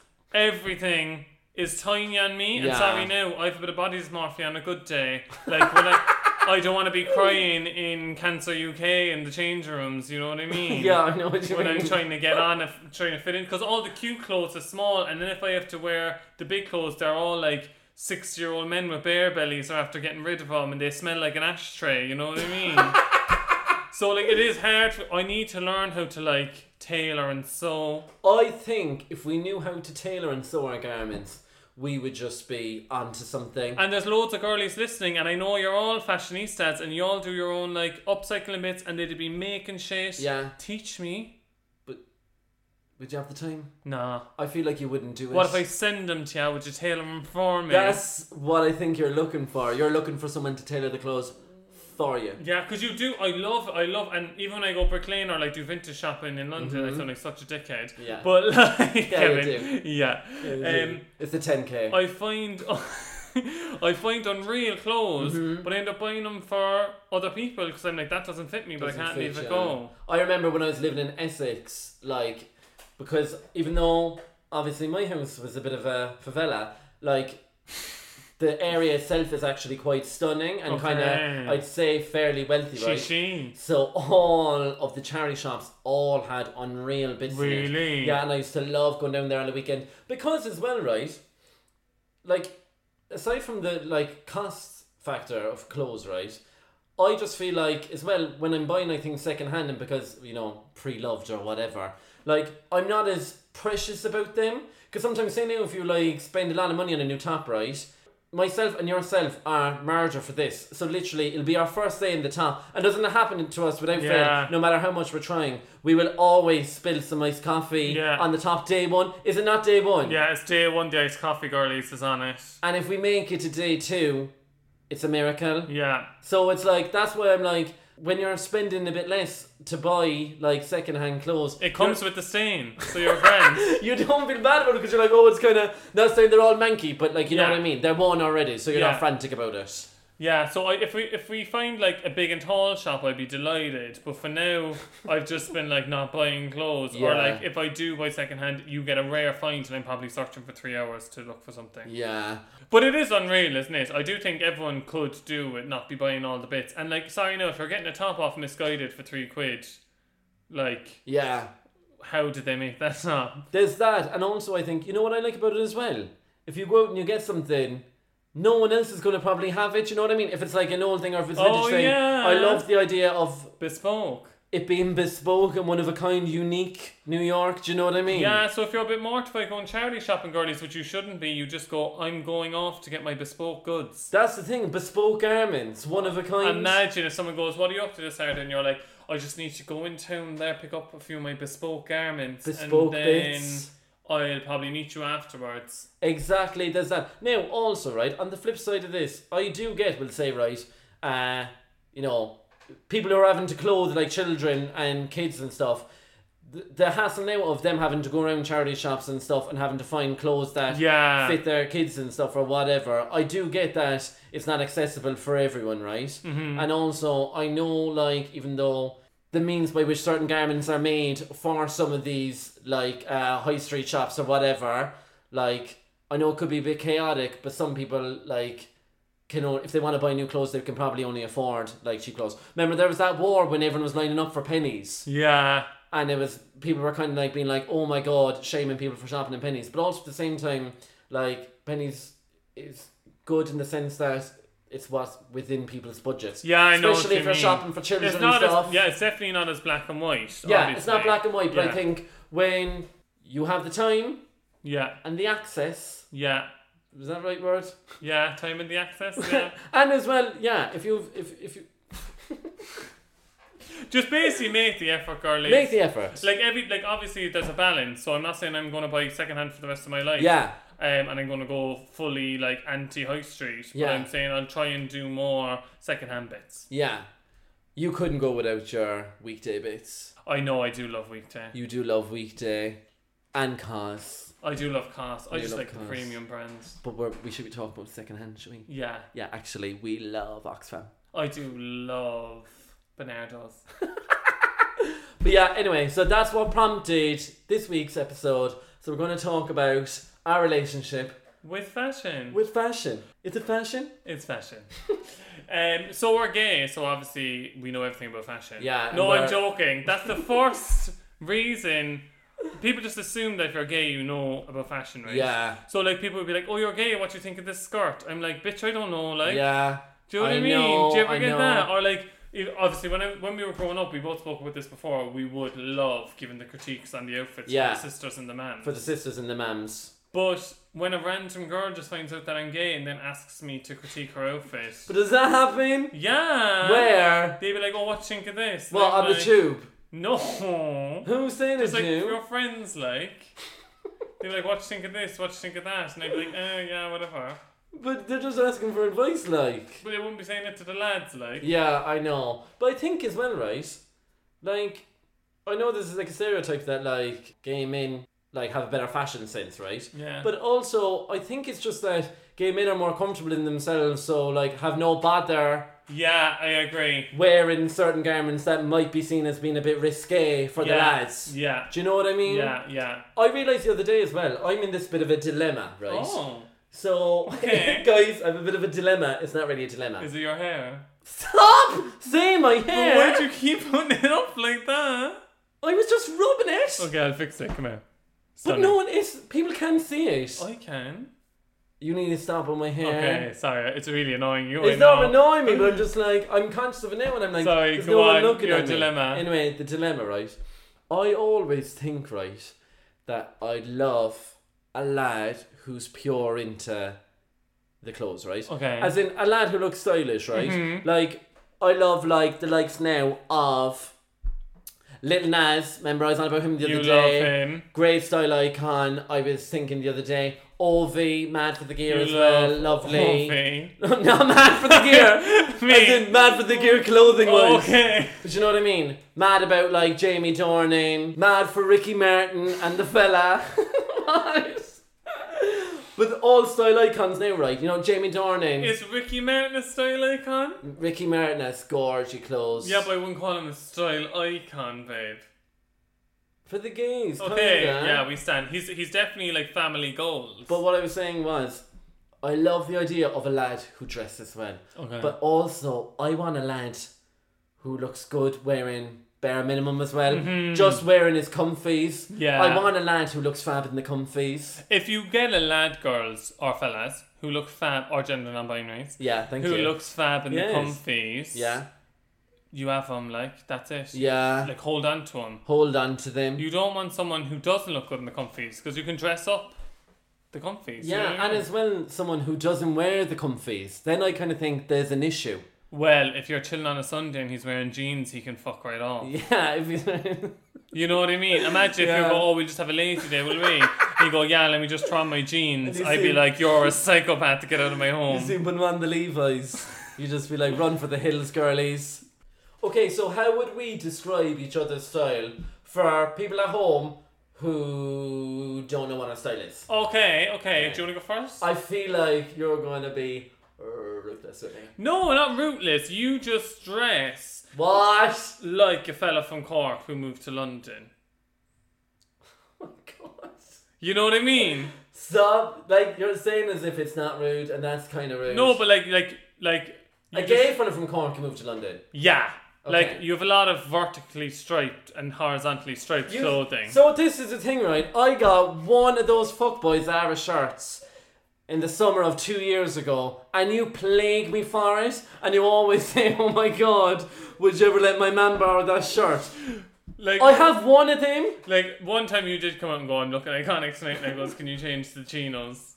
Speaker 1: everything is tiny on me. And
Speaker 2: Yeah.
Speaker 1: sorry now, I have a bit of body dysmorphia on a good day. Like when I, I don't want to be crying in Cancer UK in the change rooms. You know what I mean?
Speaker 2: Yeah, I know what you
Speaker 1: when
Speaker 2: mean.
Speaker 1: I'm trying to get on, if trying to fit in, because all the cute clothes are small, and then if I have to wear the big clothes, they're all like six year old men with bare bellies are after getting rid of them, and they smell like an ashtray. You know what I mean? so like it is hard. For, I need to learn how to like tailor and sew.
Speaker 2: I think if we knew how to tailor and sew our garments, we would just be onto something.
Speaker 1: And there's loads of girlies listening, and I know you're all fashionistas, and you all do your own like upcycling bits, and they'd be making shit.
Speaker 2: Yeah.
Speaker 1: Teach me.
Speaker 2: Would you have the time?
Speaker 1: Nah.
Speaker 2: I feel like you wouldn't do it.
Speaker 1: What if I send them to you? Would you tailor them for me?
Speaker 2: That's what I think you're looking for. You're looking for someone to tailor the clothes for you.
Speaker 1: Yeah, because you do. I love, I love, and even when I go brick lane or like do vintage shopping in London, I sound like such a dickhead.
Speaker 2: Mm-hmm. Yeah.
Speaker 1: But like, Kevin,
Speaker 2: do.
Speaker 1: yeah. um,
Speaker 2: it's the 10k.
Speaker 1: I find I find unreal clothes,
Speaker 2: Mm-hmm.
Speaker 1: but I end up buying them for other people because I'm like that doesn't fit me, but I can't leave it
Speaker 2: Yeah.
Speaker 1: go.
Speaker 2: I remember when I was living in Essex, like, because even though obviously my house was a bit of a favela, like, the area itself is actually quite stunning and kind
Speaker 1: Okay.
Speaker 2: of, I'd say, fairly wealthy,
Speaker 1: She
Speaker 2: right?
Speaker 1: she.
Speaker 2: So all of the charity shops all had unreal bits. in it.
Speaker 1: Really?
Speaker 2: Yeah, and I used to love going down there on the weekend because as well, right? Like, aside from the like cost factor of clothes, right? I just feel like as well when I'm buying I think secondhand and because you know pre-loved or whatever, like I'm not as precious about them because sometimes say now if you like spend a lot of money on a new top, right? myself and yourself are marger for this. So literally, it'll be our first day in the top. And doesn't it happen to us without
Speaker 1: Yeah.
Speaker 2: fail? No matter how much we're trying, we will always spill some iced coffee
Speaker 1: Yeah.
Speaker 2: on the top day one. Is it not day one?
Speaker 1: Yeah, it's day one. The iced coffee girlies is on it.
Speaker 2: And if we make it to day two, it's a miracle.
Speaker 1: Yeah,
Speaker 2: So it's like that's why I'm like, when you're spending a bit less to buy like secondhand clothes,
Speaker 1: it comes with the stain. So you're a friend.
Speaker 2: you don't feel bad about it because you're like, oh, it's kind of not saying they're all manky, but like you
Speaker 1: Yeah.
Speaker 2: know what I mean. They're worn already, so you're
Speaker 1: Yeah.
Speaker 2: not frantic about it.
Speaker 1: Yeah. So I, if we if we find like a big and tall shop, I'd be delighted. But for now, I've just been like not buying clothes, or
Speaker 2: Yeah.
Speaker 1: like if I do buy secondhand, you get a rare find, and I'm probably searching for three hours to look for something.
Speaker 2: Yeah.
Speaker 1: But it is unreal, isn't it? I do think everyone could do with not be buying all the bits. And like, sorry, no, if you're getting a top off misguided for three quid, like,
Speaker 2: Yeah.
Speaker 1: how did they make that up?
Speaker 2: There's that, and also I think you know what I like about it as well. If you go out and you get something, no one else is going to probably have it. You know what I mean? If it's like an old thing or if it's vintage
Speaker 1: Oh,
Speaker 2: thing,
Speaker 1: yeah.
Speaker 2: I love the idea of
Speaker 1: Bespoke.
Speaker 2: it being bespoke and one of a kind, unique New York. Do you know what I mean?
Speaker 1: Yeah, so if you're a bit mortified going charity shopping, girlies, which you shouldn't be, you just go, I'm going off to get my bespoke goods.
Speaker 2: That's the thing. Bespoke garments, one of a kind.
Speaker 1: Imagine if someone goes, What are you up to this Saturday? And you're like, I just need to go in town there, pick up a few of my bespoke garments.
Speaker 2: Bespoke
Speaker 1: and then
Speaker 2: bits.
Speaker 1: I'll probably meet you afterwards.
Speaker 2: Exactly, there's that. Now, also, right, on the flip side of this, I do get, we'll say, right, uh, you know, people who are having to clothe like children and kids and stuff, th- the hassle now of them having to go around charity shops and stuff and having to find clothes that
Speaker 1: Yeah.
Speaker 2: fit their kids and stuff or whatever, I do get that it's not accessible for everyone, right? Mm-hmm. And also, I know, like, even though the means by which certain garments are made for some of these, like, uh, high street shops or whatever, like, I know it could be a bit chaotic, but some people, like, can o- if they want to buy new clothes, they can probably only afford, like, cheap clothes. Remember, there was that war when everyone was lining up for pennies
Speaker 1: Yeah.
Speaker 2: and it was people were kind of like being like, "Oh my god," shaming people for shopping in pennies, but also at the same time, like pennies is good in the sense that it's what's within people's budgets.
Speaker 1: Yeah, I know. what
Speaker 2: especially
Speaker 1: you
Speaker 2: if you're
Speaker 1: mean.
Speaker 2: shopping for children
Speaker 1: It's
Speaker 2: and
Speaker 1: not
Speaker 2: stuff.
Speaker 1: as, yeah, it's definitely not as black and white.
Speaker 2: Yeah,
Speaker 1: obviously.
Speaker 2: it's not black and white, but
Speaker 1: yeah.
Speaker 2: I think when you have the time
Speaker 1: Yeah,
Speaker 2: and the access,
Speaker 1: yeah,
Speaker 2: is that the right word?
Speaker 1: yeah. Time and the access. Yeah.
Speaker 2: And as well, yeah, if you if if you
Speaker 1: Just basically make the effort, girlie.
Speaker 2: make the effort,
Speaker 1: like every like obviously there's a balance. So I'm not saying I'm going to buy secondhand for the rest of my life.
Speaker 2: yeah,
Speaker 1: Um, and I'm going to go fully like anti high street. But
Speaker 2: Yeah.
Speaker 1: I'm saying I'll try and do more secondhand bits.
Speaker 2: yeah, you couldn't go without your weekday bits.
Speaker 1: I know I do love weekday.
Speaker 2: You do love weekday and cars.
Speaker 1: I do love cost. I
Speaker 2: You
Speaker 1: just
Speaker 2: love
Speaker 1: like the
Speaker 2: Cost.
Speaker 1: premium brands.
Speaker 2: But we're, we should be talking about secondhand, should we?
Speaker 1: Yeah,
Speaker 2: Yeah, actually, we love Oxfam.
Speaker 1: I do love Bernardo's.
Speaker 2: But yeah, anyway, so that's what prompted this week's episode. So we're going to talk about our relationship
Speaker 1: With fashion.
Speaker 2: with fashion. Is it fashion?
Speaker 1: It's fashion. um, so we're gay, so obviously we know everything about fashion.
Speaker 2: Yeah, and
Speaker 1: No, I'm
Speaker 2: we're-
Speaker 1: joking. That's the first reason people just assume that if you're gay, you know about fashion, right?
Speaker 2: Yeah.
Speaker 1: So like people would be like, "Oh, you're gay. What do you think of this skirt?" I'm like, "Bitch, I don't know." Like,
Speaker 2: Yeah.
Speaker 1: do you know what I,
Speaker 2: I
Speaker 1: mean?
Speaker 2: know,
Speaker 1: do you ever
Speaker 2: I
Speaker 1: get
Speaker 2: know.
Speaker 1: that? Or like, if- obviously, when I, when we were growing up, we both spoke about this before. We would love giving the critiques on the outfits
Speaker 2: Yeah.
Speaker 1: for the sisters and the man.
Speaker 2: For the sisters and the mams.
Speaker 1: but when a random girl just finds out that I'm gay and then asks me to critique her outfit,
Speaker 2: But does that happen?
Speaker 1: yeah.
Speaker 2: Where?
Speaker 1: They'd be like, oh, what do you think of this?
Speaker 2: Well,
Speaker 1: And I'm
Speaker 2: on the
Speaker 1: like,
Speaker 2: tube.
Speaker 1: No.
Speaker 2: Who's saying
Speaker 1: It's
Speaker 2: it's
Speaker 1: like
Speaker 2: you?
Speaker 1: your friends, like. They'd be like, what do you think of this? What do you think of that? And I'd be like, oh, "Eh, yeah, whatever.
Speaker 2: But they're just asking for advice, like.
Speaker 1: But they wouldn't be saying it to the lads, like.
Speaker 2: Yeah, I know. But I think as well, right? Like, I know this is like a stereotype that like gay men like have a better fashion sense, right?
Speaker 1: Yeah.
Speaker 2: But also, I think it's just that gay men are more comfortable in themselves, so like have no bother
Speaker 1: Yeah, I agree.
Speaker 2: wearing certain garments that might be seen as being a bit risque for the
Speaker 1: Yeah.
Speaker 2: lads.
Speaker 1: Yeah.
Speaker 2: Do you know what I mean?
Speaker 1: Yeah, yeah.
Speaker 2: I realized the other day as well. I'm in this bit of a dilemma, right?
Speaker 1: Oh.
Speaker 2: So,
Speaker 1: Okay.
Speaker 2: guys, I have a bit of a dilemma. It's not really a dilemma.
Speaker 1: Is it your hair?
Speaker 2: Stop saying my hair.
Speaker 1: Why'd you keep putting it up like that?
Speaker 2: I was just rubbing it.
Speaker 1: Okay, I'll fix it. Come here.
Speaker 2: But
Speaker 1: Oh, Stunning.
Speaker 2: no one is. People can't see it.
Speaker 1: I can.
Speaker 2: You need to stop on my hair.
Speaker 1: Okay, sorry. It's really annoying you.
Speaker 2: It's
Speaker 1: I
Speaker 2: not
Speaker 1: know.
Speaker 2: annoying me, but I'm just like I'm conscious of it now, and I'm like,
Speaker 1: Sorry,
Speaker 2: there's
Speaker 1: go
Speaker 2: no one
Speaker 1: on,
Speaker 2: looking
Speaker 1: your
Speaker 2: at me.
Speaker 1: dilemma.
Speaker 2: Anyway, the dilemma, right? I always think, right, that I love a lad who's pure into the clothes, right?
Speaker 1: Okay. Mm-hmm.
Speaker 2: As in a lad who looks stylish, right? Like I love like the likes now of Little Nas. Remember, I was on about him the
Speaker 1: You
Speaker 2: other
Speaker 1: love
Speaker 2: day.
Speaker 1: him.
Speaker 2: Great style icon. I was thinking the other day. Ovi, mad for the gear
Speaker 1: You
Speaker 2: as
Speaker 1: love
Speaker 2: well. Lovely.
Speaker 1: Wolfie.
Speaker 2: no, mad for the gear.
Speaker 1: Me.
Speaker 2: As in, mad for the gear clothing wise.
Speaker 1: Okay.
Speaker 2: But you know what I mean? Mad about like Jamie Dornan, mad for Ricky Martin and the fella. What? With all style icons now, right? You know, Jamie Dornan,
Speaker 1: Is Ricky Martin a style icon?
Speaker 2: Ricky Martin has gorgy clothes.
Speaker 1: Yeah, but I wouldn't call him a style icon, babe.
Speaker 2: For the gays,
Speaker 1: Okay,
Speaker 2: kinda.
Speaker 1: yeah, we stand. He's he's definitely like family goals.
Speaker 2: But what I was saying was, I love the idea of a lad who dresses well.
Speaker 1: Okay.
Speaker 2: But also, I want a lad who looks good wearing bare minimum as well. Just wearing his comfies.
Speaker 1: Mm-hmm. Yeah.
Speaker 2: I want a lad who looks fab in the comfies.
Speaker 1: if you get a lad, girls or fellas who look fab or gender non-binaries,
Speaker 2: Yeah, thank
Speaker 1: who
Speaker 2: you.
Speaker 1: looks fab in
Speaker 2: Yes.
Speaker 1: the comfies,
Speaker 2: yeah,
Speaker 1: you have them. Like that's it.
Speaker 2: yeah.
Speaker 1: Like hold on to them.
Speaker 2: Hold on to them.
Speaker 1: You don't want someone who doesn't look good in the comfies because you can dress up the comfies. you know what
Speaker 2: yeah,
Speaker 1: I
Speaker 2: and
Speaker 1: mean?
Speaker 2: as well, someone who doesn't wear the comfies. Then I kind of think there's an issue.
Speaker 1: well, if you're chilling on a Sunday and he's wearing jeans, he can fuck right off.
Speaker 2: Yeah, if you.
Speaker 1: You know what I mean? Imagine if
Speaker 2: Yeah.
Speaker 1: you go, oh, we'll just have a lazy day, will we? And you go, yeah, let me just try on my jeans.
Speaker 2: you
Speaker 1: I'd
Speaker 2: see-
Speaker 1: be like, you're a psychopath to get out of my
Speaker 2: You
Speaker 1: home.
Speaker 2: see when on the Levi's, you just be like, run for the hills, girlies. Okay, so how would we describe each other's style for people at home who don't know what a style is?
Speaker 1: Okay, okay. Do you want to go first?
Speaker 2: I feel like you're going to be ruthless with me.
Speaker 1: no, not rootless. You just dress
Speaker 2: What?
Speaker 1: like a fella from Cork who moved to London.
Speaker 2: Oh my god.
Speaker 1: You know what I mean?
Speaker 2: Stop. Like, you're saying as if it's not rude, and that's kind of rude.
Speaker 1: No, but like, like, like. you
Speaker 2: A
Speaker 1: just-
Speaker 2: gay fella from Cork can move to London.
Speaker 1: Yeah. Like
Speaker 2: Okay.
Speaker 1: you have a lot of vertically striped and horizontally striped
Speaker 2: You-
Speaker 1: clothing.
Speaker 2: So this is the thing, right? I got one of those fuckboys Zara shirts in the summer of two years ago, and you plague me for it, and you always say, "Oh my god, would you ever let my man borrow that shirt?"
Speaker 1: like
Speaker 2: I have one of them.
Speaker 1: like one time you did come out and go, I'm looking iconic tonight and I goes, Can you change the chinos?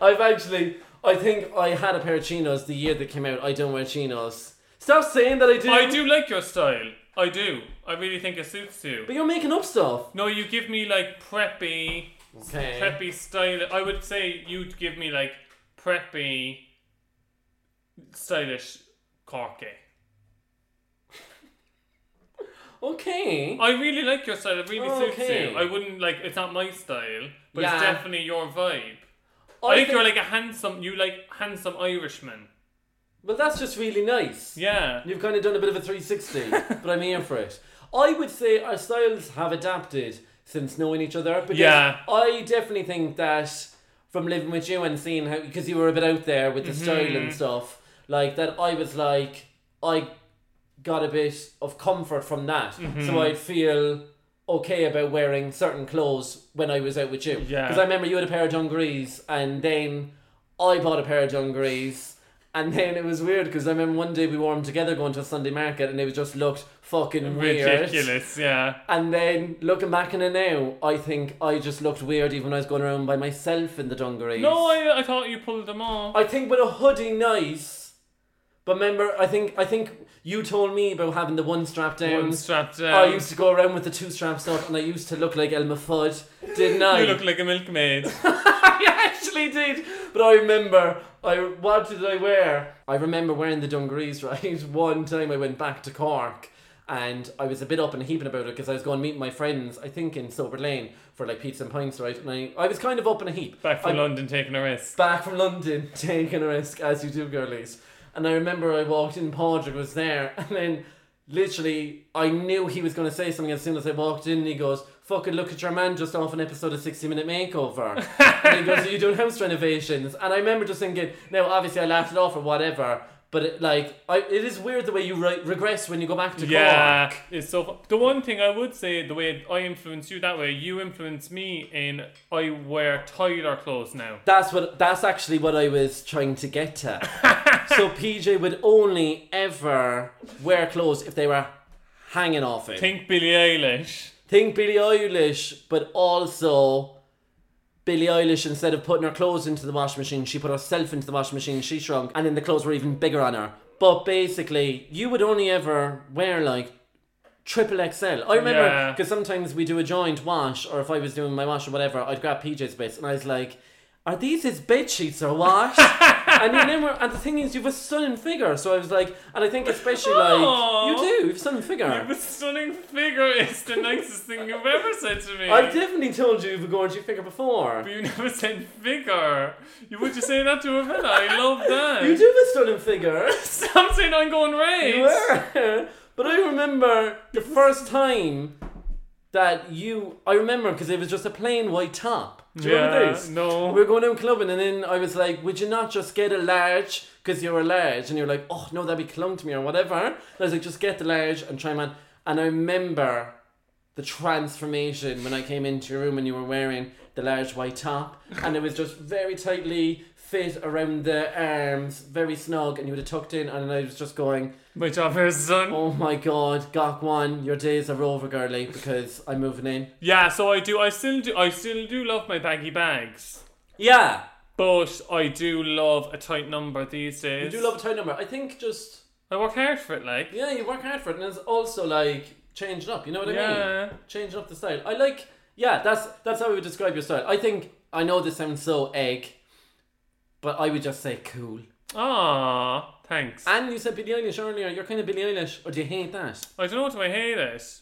Speaker 2: I've actually, I think I had a pair of chinos the year they came out. I don't wear chinos. Stop saying that I do.
Speaker 1: I do like your style. I do. I really think it suits you.
Speaker 2: But you're making up stuff.
Speaker 1: No, you give me like preppy,
Speaker 2: Okay.
Speaker 1: preppy style. I would say you'd give me like preppy, stylish, corky.
Speaker 2: Okay.
Speaker 1: I really like your style. It really
Speaker 2: Okay.
Speaker 1: suits you. I wouldn't like. It's not my style, but
Speaker 2: Yeah.
Speaker 1: it's definitely your vibe.
Speaker 2: I,
Speaker 1: I, think, you're like a handsome. You like handsome Irishman.
Speaker 2: Well, that's just really nice.
Speaker 1: Yeah.
Speaker 2: You've kind of done a bit of a 360, but I'm here for it. I would say our styles have adapted since knowing each other. Because
Speaker 1: Yeah.
Speaker 2: I definitely think that from living with you and seeing how, because you were a bit out there with the
Speaker 1: Mm-hmm.
Speaker 2: style and stuff, like that I was like, I got a bit of comfort from that.
Speaker 1: Mm-hmm.
Speaker 2: So I'd feel okay about wearing certain clothes when I was out with you.
Speaker 1: Yeah.
Speaker 2: Because I remember you had a pair of dungarees and then I bought a pair of dungarees. And then it was weird because I remember one day we wore them together going to a Sunday market and it just looked fucking weird.
Speaker 1: Ridiculous. Yeah.
Speaker 2: And then looking back in it now, I think I just looked weird even when I was going around by myself in the dungarees.
Speaker 1: No, I, I thought you pulled them off.
Speaker 2: I think with a hoodie, nice. But remember, I think I think you told me about having the one strap down.
Speaker 1: One strapped down.
Speaker 2: I used to go around with the two straps up, and I used to look like Elma Fudd, didn't I?
Speaker 1: You look like a milkmaid.
Speaker 2: I actually did. But I remember, I what did I wear? I remember wearing the dungarees. Right, one time I went back to Cork, and I was a bit up and heaping about it because I was going to meet my friends. I think in Sober Lane for like pizza and pints, right? And I, I was kind of up in a heap.
Speaker 1: Back from
Speaker 2: I-
Speaker 1: London taking a risk.
Speaker 2: back from London, taking a risk as you do, girlies. And I remember I walked in, Padraig was there, and then literally I knew he was going to say something as soon as I walked in. And he goes, "Fucking look at your man just off an episode of 60 Minute Makeover." and he goes, "Are you doing house renovations?" And I remember just thinking, now obviously I laughed it off or whatever. But it, like, I, it is weird the way you re- regress when you go back to Cork.
Speaker 1: Yeah, it's so. fu- The one thing I would say, the way I influence you that way, you influence me in I wear tighter clothes now.
Speaker 2: That's what. That's actually what I was trying to get to. so PJ would only ever wear clothes if they were hanging off it. Think,
Speaker 1: Think Billie Eilish.
Speaker 2: Billie Eilish, but also Billie Eilish. Instead of putting her clothes into the washing machine, she put herself into the washing machine. She shrunk, and then the clothes were even bigger on her. But basically, you would only ever wear like triple XL. I remember
Speaker 1: Yeah.
Speaker 2: because sometimes we do a joint wash, or if I was doing my wash or whatever, I'd grab PJ's bits, and I was like, "Are these his bed sheets or what?" and you never. And the thing is, you've a stunning figure, so I was like, and I think especially
Speaker 1: Aw.
Speaker 2: like you do, you've a stunning figure.
Speaker 1: The stunning figure is the nicest thing you've ever said to me.
Speaker 2: I've definitely told you you've a gorgeous figure before.
Speaker 1: But you never said figure. You would you say that to a fella? I love that.
Speaker 2: You do have a stunning figure.
Speaker 1: Stop saying I'm going right.
Speaker 2: You were. But I remember the first time that you. I remember because it was just a plain white top. Do you remember
Speaker 1: Yeah,
Speaker 2: this?
Speaker 1: no.
Speaker 2: We were going out clubbing, and then I was like, "Would you not just get a large? Because you're a large." And you're like, "Oh no, that'd be clung to me or whatever." And I was like, "Just get the large and try man." And I remember the transformation when I came into your room and you were wearing the large white top, and it was just very tightly fit around the arms, very snug, and you had it tucked in, and I was just going.
Speaker 1: My job here is done.
Speaker 2: Oh my god, Gok one, your days are over, girly, because I'm moving in.
Speaker 1: Yeah, so I do. I still do. I still do love my baggy bags,
Speaker 2: Yeah,
Speaker 1: but I do love a tight number these days.
Speaker 2: you do love a tight number. I think just
Speaker 1: I work hard for it, like.
Speaker 2: yeah, you work hard for it, and it's also like changing up. You know what I
Speaker 1: Yeah.
Speaker 2: mean? Changing up the style. I like. Yeah, that's that's how I would describe your style. I think I know this sounds so egg, but I would just say cool.
Speaker 1: Ah, thanks.
Speaker 2: And you said Billie Eilish earlier. You're kind of Billie Eilish, or do you hate that?
Speaker 1: I don't know. Do I hate it?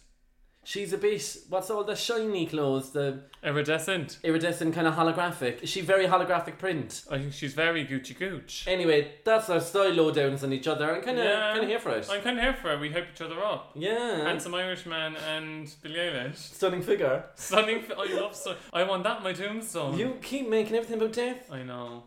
Speaker 2: She's a bit. What's all the shiny clothes? The
Speaker 1: Iridescent.
Speaker 2: iridescent kind of holographic. Is she very holographic print?
Speaker 1: I think she's very Gucci Gooch.
Speaker 2: Anyway, that's our style lowdowns on each other. I'm kind of
Speaker 1: Yeah.
Speaker 2: kind of here for it.
Speaker 1: I'm kind of here for it. We hype each other up.
Speaker 2: yeah.
Speaker 1: Handsome Irishman and Billie Eilish.
Speaker 2: stunning figure.
Speaker 1: Stunning. fi- I love. So- I want that on my tombstone.
Speaker 2: You keep making everything about death.
Speaker 1: I know.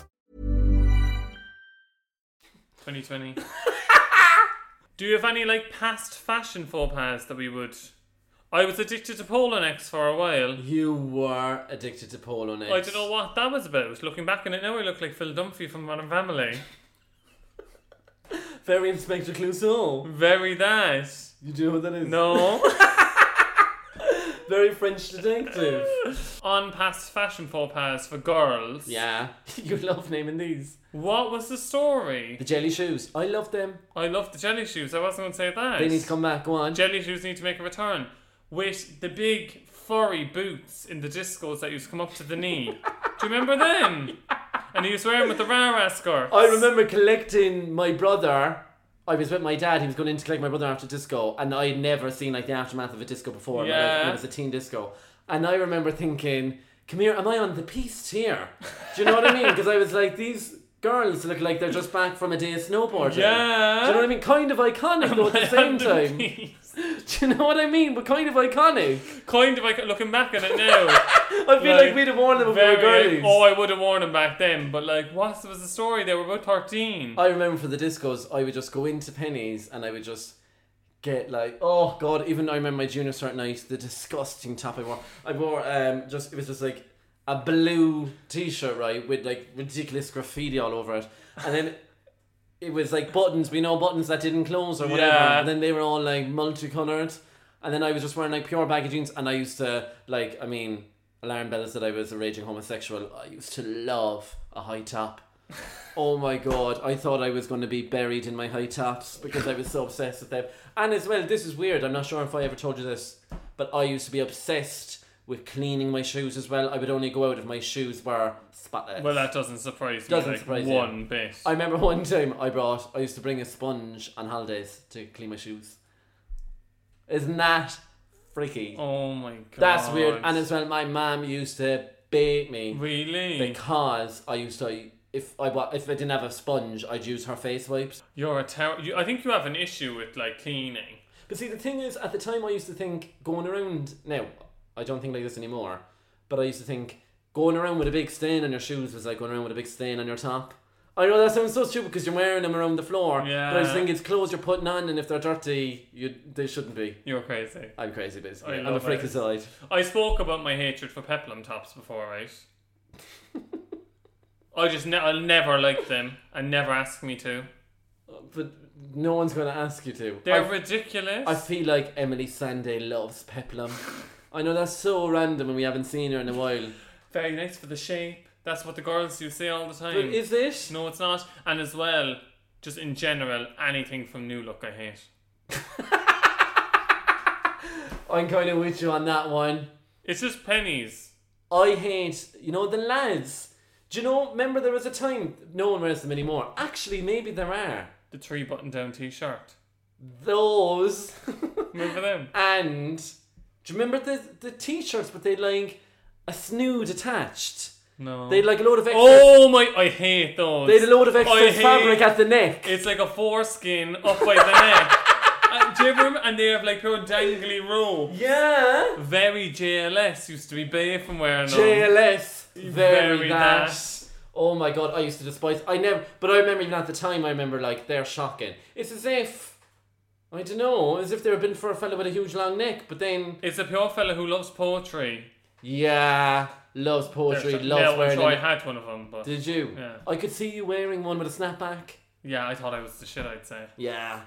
Speaker 1: 2020. Do you have any like past fashion faux pas that we would? I was addicted to Polonex for a while.
Speaker 2: You were addicted to Polo Next.
Speaker 1: I don't know what that was about. Looking back on it now, I look like Phil Dunphy from Modern Family.
Speaker 2: Very Inspector Clouseau.
Speaker 1: Very that.
Speaker 2: You do know what that is?
Speaker 1: No.
Speaker 2: Very French detective.
Speaker 1: on past fashion faux pas for girls.
Speaker 2: yeah. you love naming these.
Speaker 1: What was the story?
Speaker 2: The jelly shoes. I love them.
Speaker 1: I love the jelly shoes. I wasn't going to say that.
Speaker 2: They need to come back. Go on.
Speaker 1: Jelly shoes need to make a return with the big furry boots in the discos that used to come up to the knee. Do you remember them? And he was wearing with the Rara skirts.
Speaker 2: I remember collecting my brother. I was with my dad. He was going in to collect my brother after disco, and I had never seen like the aftermath of a disco before. in my life, and
Speaker 1: Yeah.
Speaker 2: it was a teen disco, and I remember thinking, come here, am I on the piece here? Do you know what I mean? Because I was like, these girls look like they're just back from a day of snowboarding.
Speaker 1: Yeah.
Speaker 2: Do you know what I mean? Kind of iconic though at the same time. Do you know what I mean? But kind of iconic.
Speaker 1: kind of like looking back at it now.
Speaker 2: I feel like, we'd have worn them if we were
Speaker 1: very,
Speaker 2: girlies.
Speaker 1: oh, I would have worn them back then, but like, what was the story? They were about 13.
Speaker 2: I remember for the discos, I would just go into pennies and I would just get like, oh god, even I remember my junior cert night, the disgusting top I wore. I wore um just it was just like a blue t shirt, right, with like ridiculous graffiti all over it. And then it was like buttons, we know buttons that didn't close or whatever.
Speaker 1: Yeah.
Speaker 2: And then they were all like multicolored. And then I was just wearing like pure baggy jeans and I used to like I mean alarm bells that I was a raging homosexual. I used to love a high top. Oh my god, I thought I was going to be buried in my high tops because I was so obsessed with them. And as well, this is weird, I'm not sure if I ever told you this, but I used to be obsessed with cleaning my shoes as well. I would only go out if my shoes were spotless.
Speaker 1: well, that doesn't surprise me
Speaker 2: Doesn't
Speaker 1: like
Speaker 2: surprise you.
Speaker 1: one bit.
Speaker 2: I remember one time I brought, I used to bring a sponge on holidays to clean my shoes. Isn't that freaky?
Speaker 1: oh my god.
Speaker 2: That's weird. And as well, my mum used to bait me.
Speaker 1: Really?
Speaker 2: Because I used to, if I wa- if I didn't have a sponge, I'd use her face wipes.
Speaker 1: You're a tower. You, I think you have an issue with like cleaning.
Speaker 2: But see, the thing is, at the time, I used to think going around. Now, I don't think like this anymore. But I used to think going around with a big stain on your shoes was like going around with a big stain on your top. I know that sounds so stupid because you're wearing them around the floor. But I just
Speaker 1: Yeah.
Speaker 2: think it's clothes you're putting on, and if they're dirty, you they shouldn't be.
Speaker 1: You're crazy.
Speaker 2: I'm crazy, basically.
Speaker 1: I
Speaker 2: I'm a
Speaker 1: love
Speaker 2: freak
Speaker 1: it.
Speaker 2: aside.
Speaker 1: I spoke about my hatred for peplum tops before, right? I just ne- I'll never like them and never ask me to.
Speaker 2: But no one's going to ask you to.
Speaker 1: They're
Speaker 2: I-
Speaker 1: ridiculous.
Speaker 2: I feel like Emily Sande loves peplum. I know that's so random and we haven't seen her in a while.
Speaker 1: Very nice for the shape. That's what the girls you say all the time.
Speaker 2: But is it?
Speaker 1: no, it's not. And as well, just in general, anything from New Look I hate.
Speaker 2: I'm kind of with you on that one.
Speaker 1: It's just pennies.
Speaker 2: I hate, you know, the lads. Do you know, remember there was a time no one wears them anymore. Actually, maybe there are.
Speaker 1: The three button down t shirt.
Speaker 2: Those.
Speaker 1: Remember them?
Speaker 2: and do you remember the, the t shirts, but they like a snood attached?
Speaker 1: No.
Speaker 2: They had like a load of extra.
Speaker 1: Oh my! I hate those.
Speaker 2: They had a load of
Speaker 1: I
Speaker 2: extra
Speaker 1: hate-
Speaker 2: fabric at the neck.
Speaker 1: It's like a foreskin up by the neck. Uh, do you ever remember? And they have like your dangly rope.
Speaker 2: yeah.
Speaker 1: Very JLS used to be bae from wearing them.
Speaker 2: JLS, very,
Speaker 1: Very
Speaker 2: that.
Speaker 1: that.
Speaker 2: Oh my god, I used to despise. I never, but I remember even at the time. I remember like they're shocking. It's as if I don't know, as if they were been for a fella with a huge long neck. But then,
Speaker 1: It's a pure fella who loves poetry.
Speaker 2: yeah, loves poetry,
Speaker 1: There's-
Speaker 2: loves
Speaker 1: no,
Speaker 2: wearing.
Speaker 1: I'm sure I
Speaker 2: it.
Speaker 1: had one of them, but
Speaker 2: Did you?
Speaker 1: Yeah.
Speaker 2: I could see you wearing one with a snapback.
Speaker 1: yeah, I thought I was the shit. I'd say.
Speaker 2: Yeah.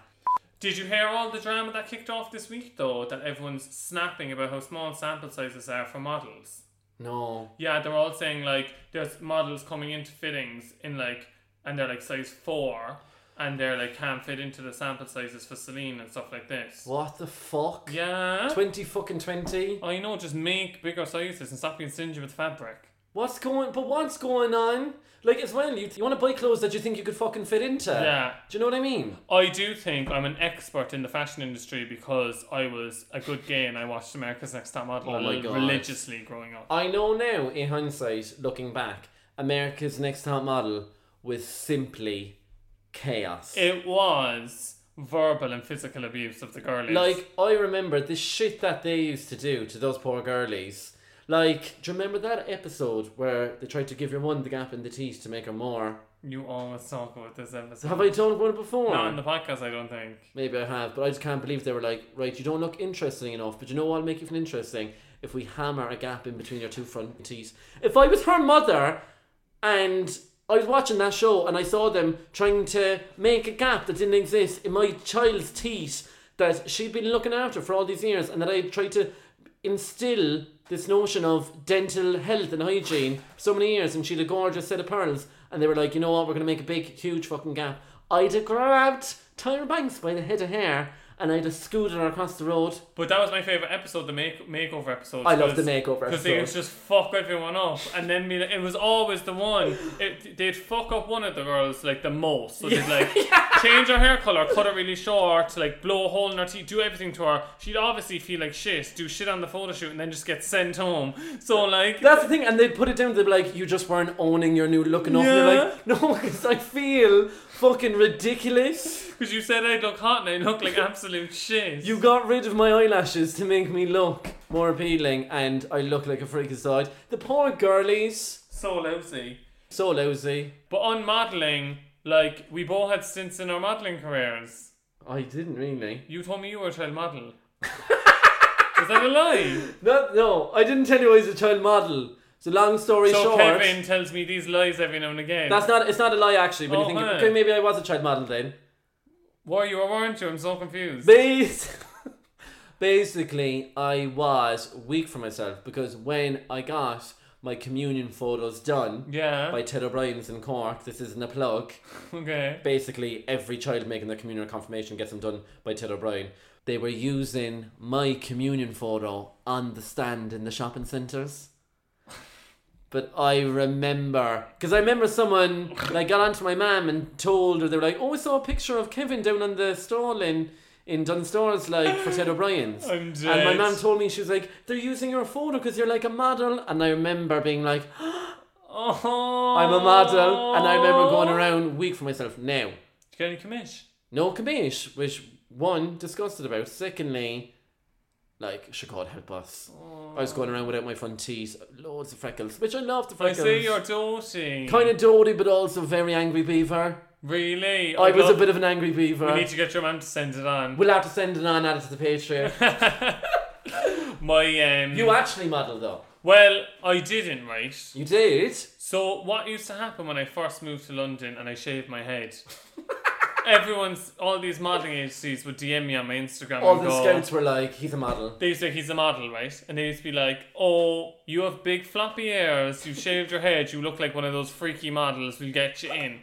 Speaker 1: Did you hear all the drama that kicked off this week though? That everyone's snapping about how small sample sizes are for models.
Speaker 2: No.
Speaker 1: Yeah, they're all saying like there's models coming into fittings in like and they're like size four and they're like can't fit into the sample sizes for Celine and stuff like this.
Speaker 2: What the fuck?
Speaker 1: Yeah.
Speaker 2: Twenty fucking twenty.
Speaker 1: I know, just make bigger sizes and stop being stingy with fabric.
Speaker 2: What's going? But what's going on? Like as well, you, you want to buy clothes that you think you could fucking fit into.
Speaker 1: Yeah.
Speaker 2: Do you know what I mean?
Speaker 1: I do think I'm an expert in the fashion industry because I was a good gay and I watched America's Next Top Model
Speaker 2: Oh my
Speaker 1: rel-
Speaker 2: God.
Speaker 1: religiously growing up.
Speaker 2: I know now, in hindsight, looking back, America's Next Top Model was simply chaos.
Speaker 1: It was verbal and physical abuse of the girlies.
Speaker 2: like, I remember the shit that they used to do to those poor girlies. Like, do you remember that episode where they tried to give your one the gap in the teeth to make her more?
Speaker 1: you always talk about this episode.
Speaker 2: Have I done one before?
Speaker 1: Not in the podcast, I don't think.
Speaker 2: Maybe I have, but I just can't believe they were like, right, you don't look interesting enough, but you know what'll make you feel interesting? If we hammer a gap in between your two front teeth. If I was her mother and I was watching that show and I saw them trying to make a gap that didn't exist in my child's teeth that she'd been looking after for all these years and that I tried to instill this notion of dental health and hygiene for so many years and she'd a gorgeous set of pearls and they were like, you know what, we're gonna make a big, huge fucking gap. I'd have grabbed Tyra Banks by the head of hair and I had a scooter across the road.
Speaker 1: But that was my favourite episode, the make- makeover episode.
Speaker 2: I loved the makeover
Speaker 1: Because they
Speaker 2: episode.
Speaker 1: would just fuck everyone up. And then be like- it was always the one. It, they'd fuck up one of the girls like the most. So they'd like change her hair colour, cut her really short, like blow a hole in her teeth, do everything to her. She'd obviously feel like shit, do shit on the photo shoot, and then just get sent home. So, like,
Speaker 2: That's the thing, and they put it down. They're like, "You just weren't owning your new look enough." And
Speaker 1: Yeah.
Speaker 2: They're like, "No, because I feel fucking ridiculous.
Speaker 1: because you said I'd look hot and I look like absolute shit.
Speaker 2: You got rid of my eyelashes to make me look more appealing, and I look like a freakazoid." The poor girlies,
Speaker 1: so lousy.
Speaker 2: so lousy.
Speaker 1: But on modelling, like, we both had stints in our modelling careers.
Speaker 2: I didn't really.
Speaker 1: You told me you were a child model. Is that a lie?
Speaker 2: No, no, I didn't tell you I was a child model. So long story
Speaker 1: so
Speaker 2: short,
Speaker 1: Kevin tells me these lies every now and again.
Speaker 2: that's not. It's not a lie actually. When
Speaker 1: Oh,
Speaker 2: you think,
Speaker 1: huh.
Speaker 2: okay, maybe I was a child model then.
Speaker 1: Were you or weren't you? I'm so confused.
Speaker 2: Bas- basically, I was weak for myself because when I got my communion photos done
Speaker 1: yeah.
Speaker 2: by Ted O'Brien's in Cork, this isn't a plug.
Speaker 1: Okay.
Speaker 2: Basically, every child making their communion confirmation gets them done by Ted O'Brien. They were using my communion photo on the stand in the shopping centres. But I remember, because I remember someone like got onto my mum and told her they were like, "Oh, I saw a picture of Kevin down on the stall in in Dunstores, like for Ted O'Brien's."
Speaker 1: I'm
Speaker 2: And my
Speaker 1: dead.
Speaker 2: mum told me she was like, "They're using your photo because you're like a model." And I remember being like,
Speaker 1: Oh.
Speaker 2: "I'm a model," and I remember going around weak for myself. Now,
Speaker 1: Did you get any commit?
Speaker 2: no commish, which one disgusted about. Secondly, like she could help us. I was going around without my front teeth, loads of freckles, which I love the
Speaker 1: I
Speaker 2: freckles.
Speaker 1: see you're doting.
Speaker 2: um, Kind of dotty, but also very angry beaver.
Speaker 1: Really?
Speaker 2: I was a
Speaker 1: love-
Speaker 2: bit of an angry
Speaker 1: We
Speaker 2: beaver.
Speaker 1: need to get your mum to send it on.
Speaker 2: We'll have to send it on, add it to the Patreon.
Speaker 1: My um.
Speaker 2: you actually model though.
Speaker 1: well, I didn't, right?
Speaker 2: You did.
Speaker 1: So what used to happen when I first moved to London and I shaved my head? Everyone's all these modeling agencies would DM me on my Instagram
Speaker 2: All
Speaker 1: and
Speaker 2: the
Speaker 1: go.
Speaker 2: scouts were like, "He's a model."
Speaker 1: They used to say he's a model, right? And they used to be like, "Oh, you have big floppy ears. You shaved your head. You look like one of those freaky models. We'll get you in."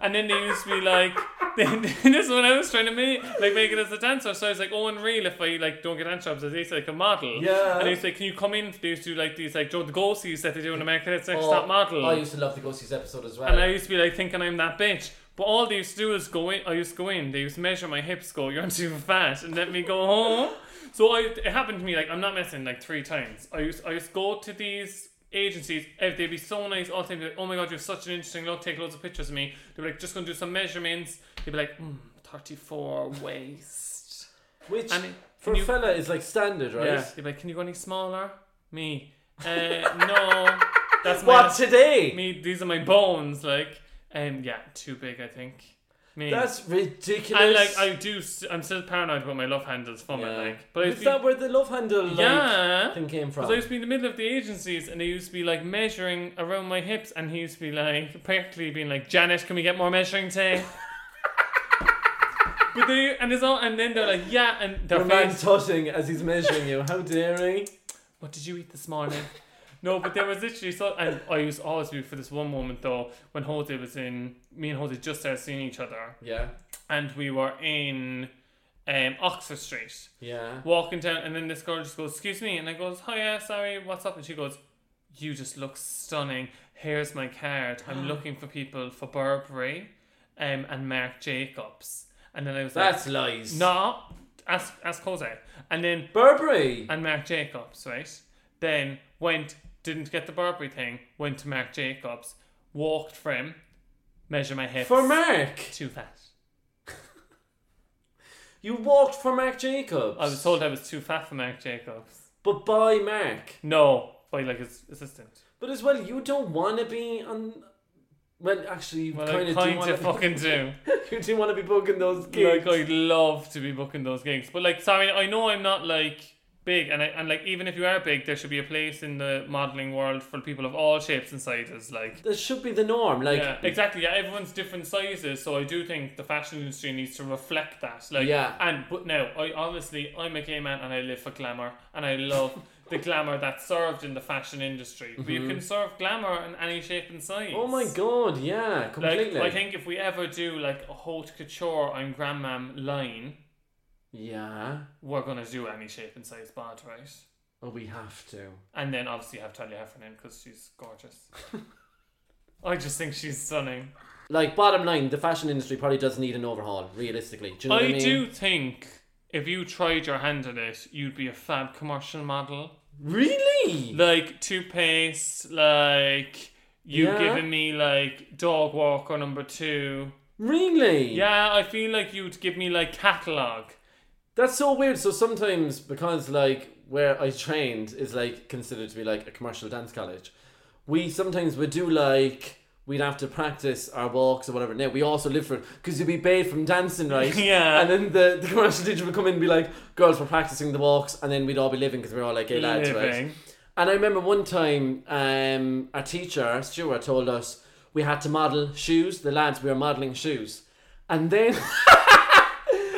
Speaker 1: And then they used to be like, then, "This is what I was trying to make, like make it as a dancer." So I was like, "Oh, and real if I like don't get dance jobs, I used to like a model."
Speaker 2: Yeah.
Speaker 1: And they used to like, "Can you come in?" They used to do like these like Joe the Ghosties that they do in America. That's like
Speaker 2: Oh,
Speaker 1: stop model.
Speaker 2: I used to love the Ghosties episode as well.
Speaker 1: And I used to be like thinking I'm that bitch. But all they used to do is go in. I used to go in. They used to measure my hips, go, "You're too fat," and let me go home. So I, it happened to me like I'm not messing like three times. I used I used to go to these agencies. If they'd be so nice all the time, they'd be like, "Oh my god, you're such an interesting look. Take loads of pictures of me." They'd be like, "Just gonna do some measurements." They'd be like, mm, "34 waist."
Speaker 2: Which
Speaker 1: and it-
Speaker 2: for
Speaker 1: and
Speaker 2: a
Speaker 1: you-
Speaker 2: fella is like standard, right?
Speaker 1: Yeah. They'd be like, "Can you go any smaller?" Me. Uh, no. That's my
Speaker 2: What today?
Speaker 1: me these are my bones like um yeah too big i think me
Speaker 2: That's ridiculous.
Speaker 1: and like i do s- i'm still paranoid about my love handles from
Speaker 2: Yeah.
Speaker 1: it like but I
Speaker 2: is
Speaker 1: used to
Speaker 2: that where the love handle
Speaker 1: be,
Speaker 2: like,
Speaker 1: yeah
Speaker 2: thing came from?
Speaker 1: because I used to be in the middle of the agencies and they used to be like measuring around my hips and he used to be like practically being like Janet can we get more measuring tape but they and it's all and then they're like yeah and their
Speaker 2: Your man
Speaker 1: face
Speaker 2: tutting as he's measuring you. How dare he?
Speaker 1: what did you eat this morning? no, but there was literally so, and I used to always be for this one moment though when Jose was in. Me and Jose just started seeing each other,
Speaker 2: Yeah.
Speaker 1: and we were in um, Oxford Street,
Speaker 2: Yeah.
Speaker 1: walking down, and then this girl just goes, "Excuse me," and I goes, "Hi, yeah, sorry, what's up?" And she goes, "You just look stunning. Here's my card. I'm looking for people for Burberry, um, and Marc Jacobs." And then I was
Speaker 2: That's lies.
Speaker 1: like, "No, ask ask Jose." And then
Speaker 2: Burberry.
Speaker 1: and Marc Jacobs, right? Then went, didn't get the Burberry thing, went to Marc Jacobs, walked for him, measure my hips.
Speaker 2: For Mark.
Speaker 1: Too fat.
Speaker 2: You walked for Mark Jacobs.
Speaker 1: I was told I was too fat for Marc Jacobs.
Speaker 2: But by Mark.
Speaker 1: No, by like his assistant.
Speaker 2: But as well, you don't want to be on. Well, actually, you
Speaker 1: Well,
Speaker 2: kind of
Speaker 1: I
Speaker 2: do
Speaker 1: kind of
Speaker 2: want to.
Speaker 1: fucking do.
Speaker 2: You do want to be booking those gigs.
Speaker 1: like, I'd love to be booking those gigs. But like, sorry, I know I'm not like big, and I, and like, even if you are big, there should be a place in the modeling world for people of all shapes and sizes. Like,
Speaker 2: that should be the norm. Like,
Speaker 1: yeah, exactly. Yeah, everyone's different sizes, so I do think the fashion industry needs to reflect that. Like,
Speaker 2: Yeah.
Speaker 1: And but now, I obviously I'm a gay man and I live for glamour and I love the glamour that's served in the fashion industry. But you can serve glamour in any shape and size.
Speaker 2: Mm-hmm. oh my god, yeah,
Speaker 1: Like,
Speaker 2: completely.
Speaker 1: I think if we ever do like a haute couture and grandmam line,
Speaker 2: Yeah.
Speaker 1: we're gonna do any shape and size bod, right?
Speaker 2: Oh, we have to.
Speaker 1: And then obviously have Talia Heffernan because she's gorgeous. I just think she's stunning.
Speaker 2: Like, bottom line, the fashion industry probably does need an overhaul, realistically. Do you know
Speaker 1: I
Speaker 2: what I mean?
Speaker 1: do think if you tried your hand at it, you'd be a fab commercial model.
Speaker 2: Really?
Speaker 1: Like toothpaste, like you
Speaker 2: Yeah.
Speaker 1: giving me like dog walker number two.
Speaker 2: Really?
Speaker 1: Yeah, I feel like you'd give me like catalog.
Speaker 2: That's so weird. So sometimes, because like where I trained is like considered to be like a commercial dance college, we sometimes would do like we'd have to practice our walks or whatever. Now we also live for it because you'd be paid from dancing, right?
Speaker 1: Yeah.
Speaker 2: And then the, the commercial teacher would come in and be like, "Girls, we're practicing the walks," and then we'd all be living because we were all like gay lads, right?
Speaker 1: Living.
Speaker 2: And I remember one time, um, our teacher Stuart told us we had to model shoes. The lads we were modeling shoes, and then.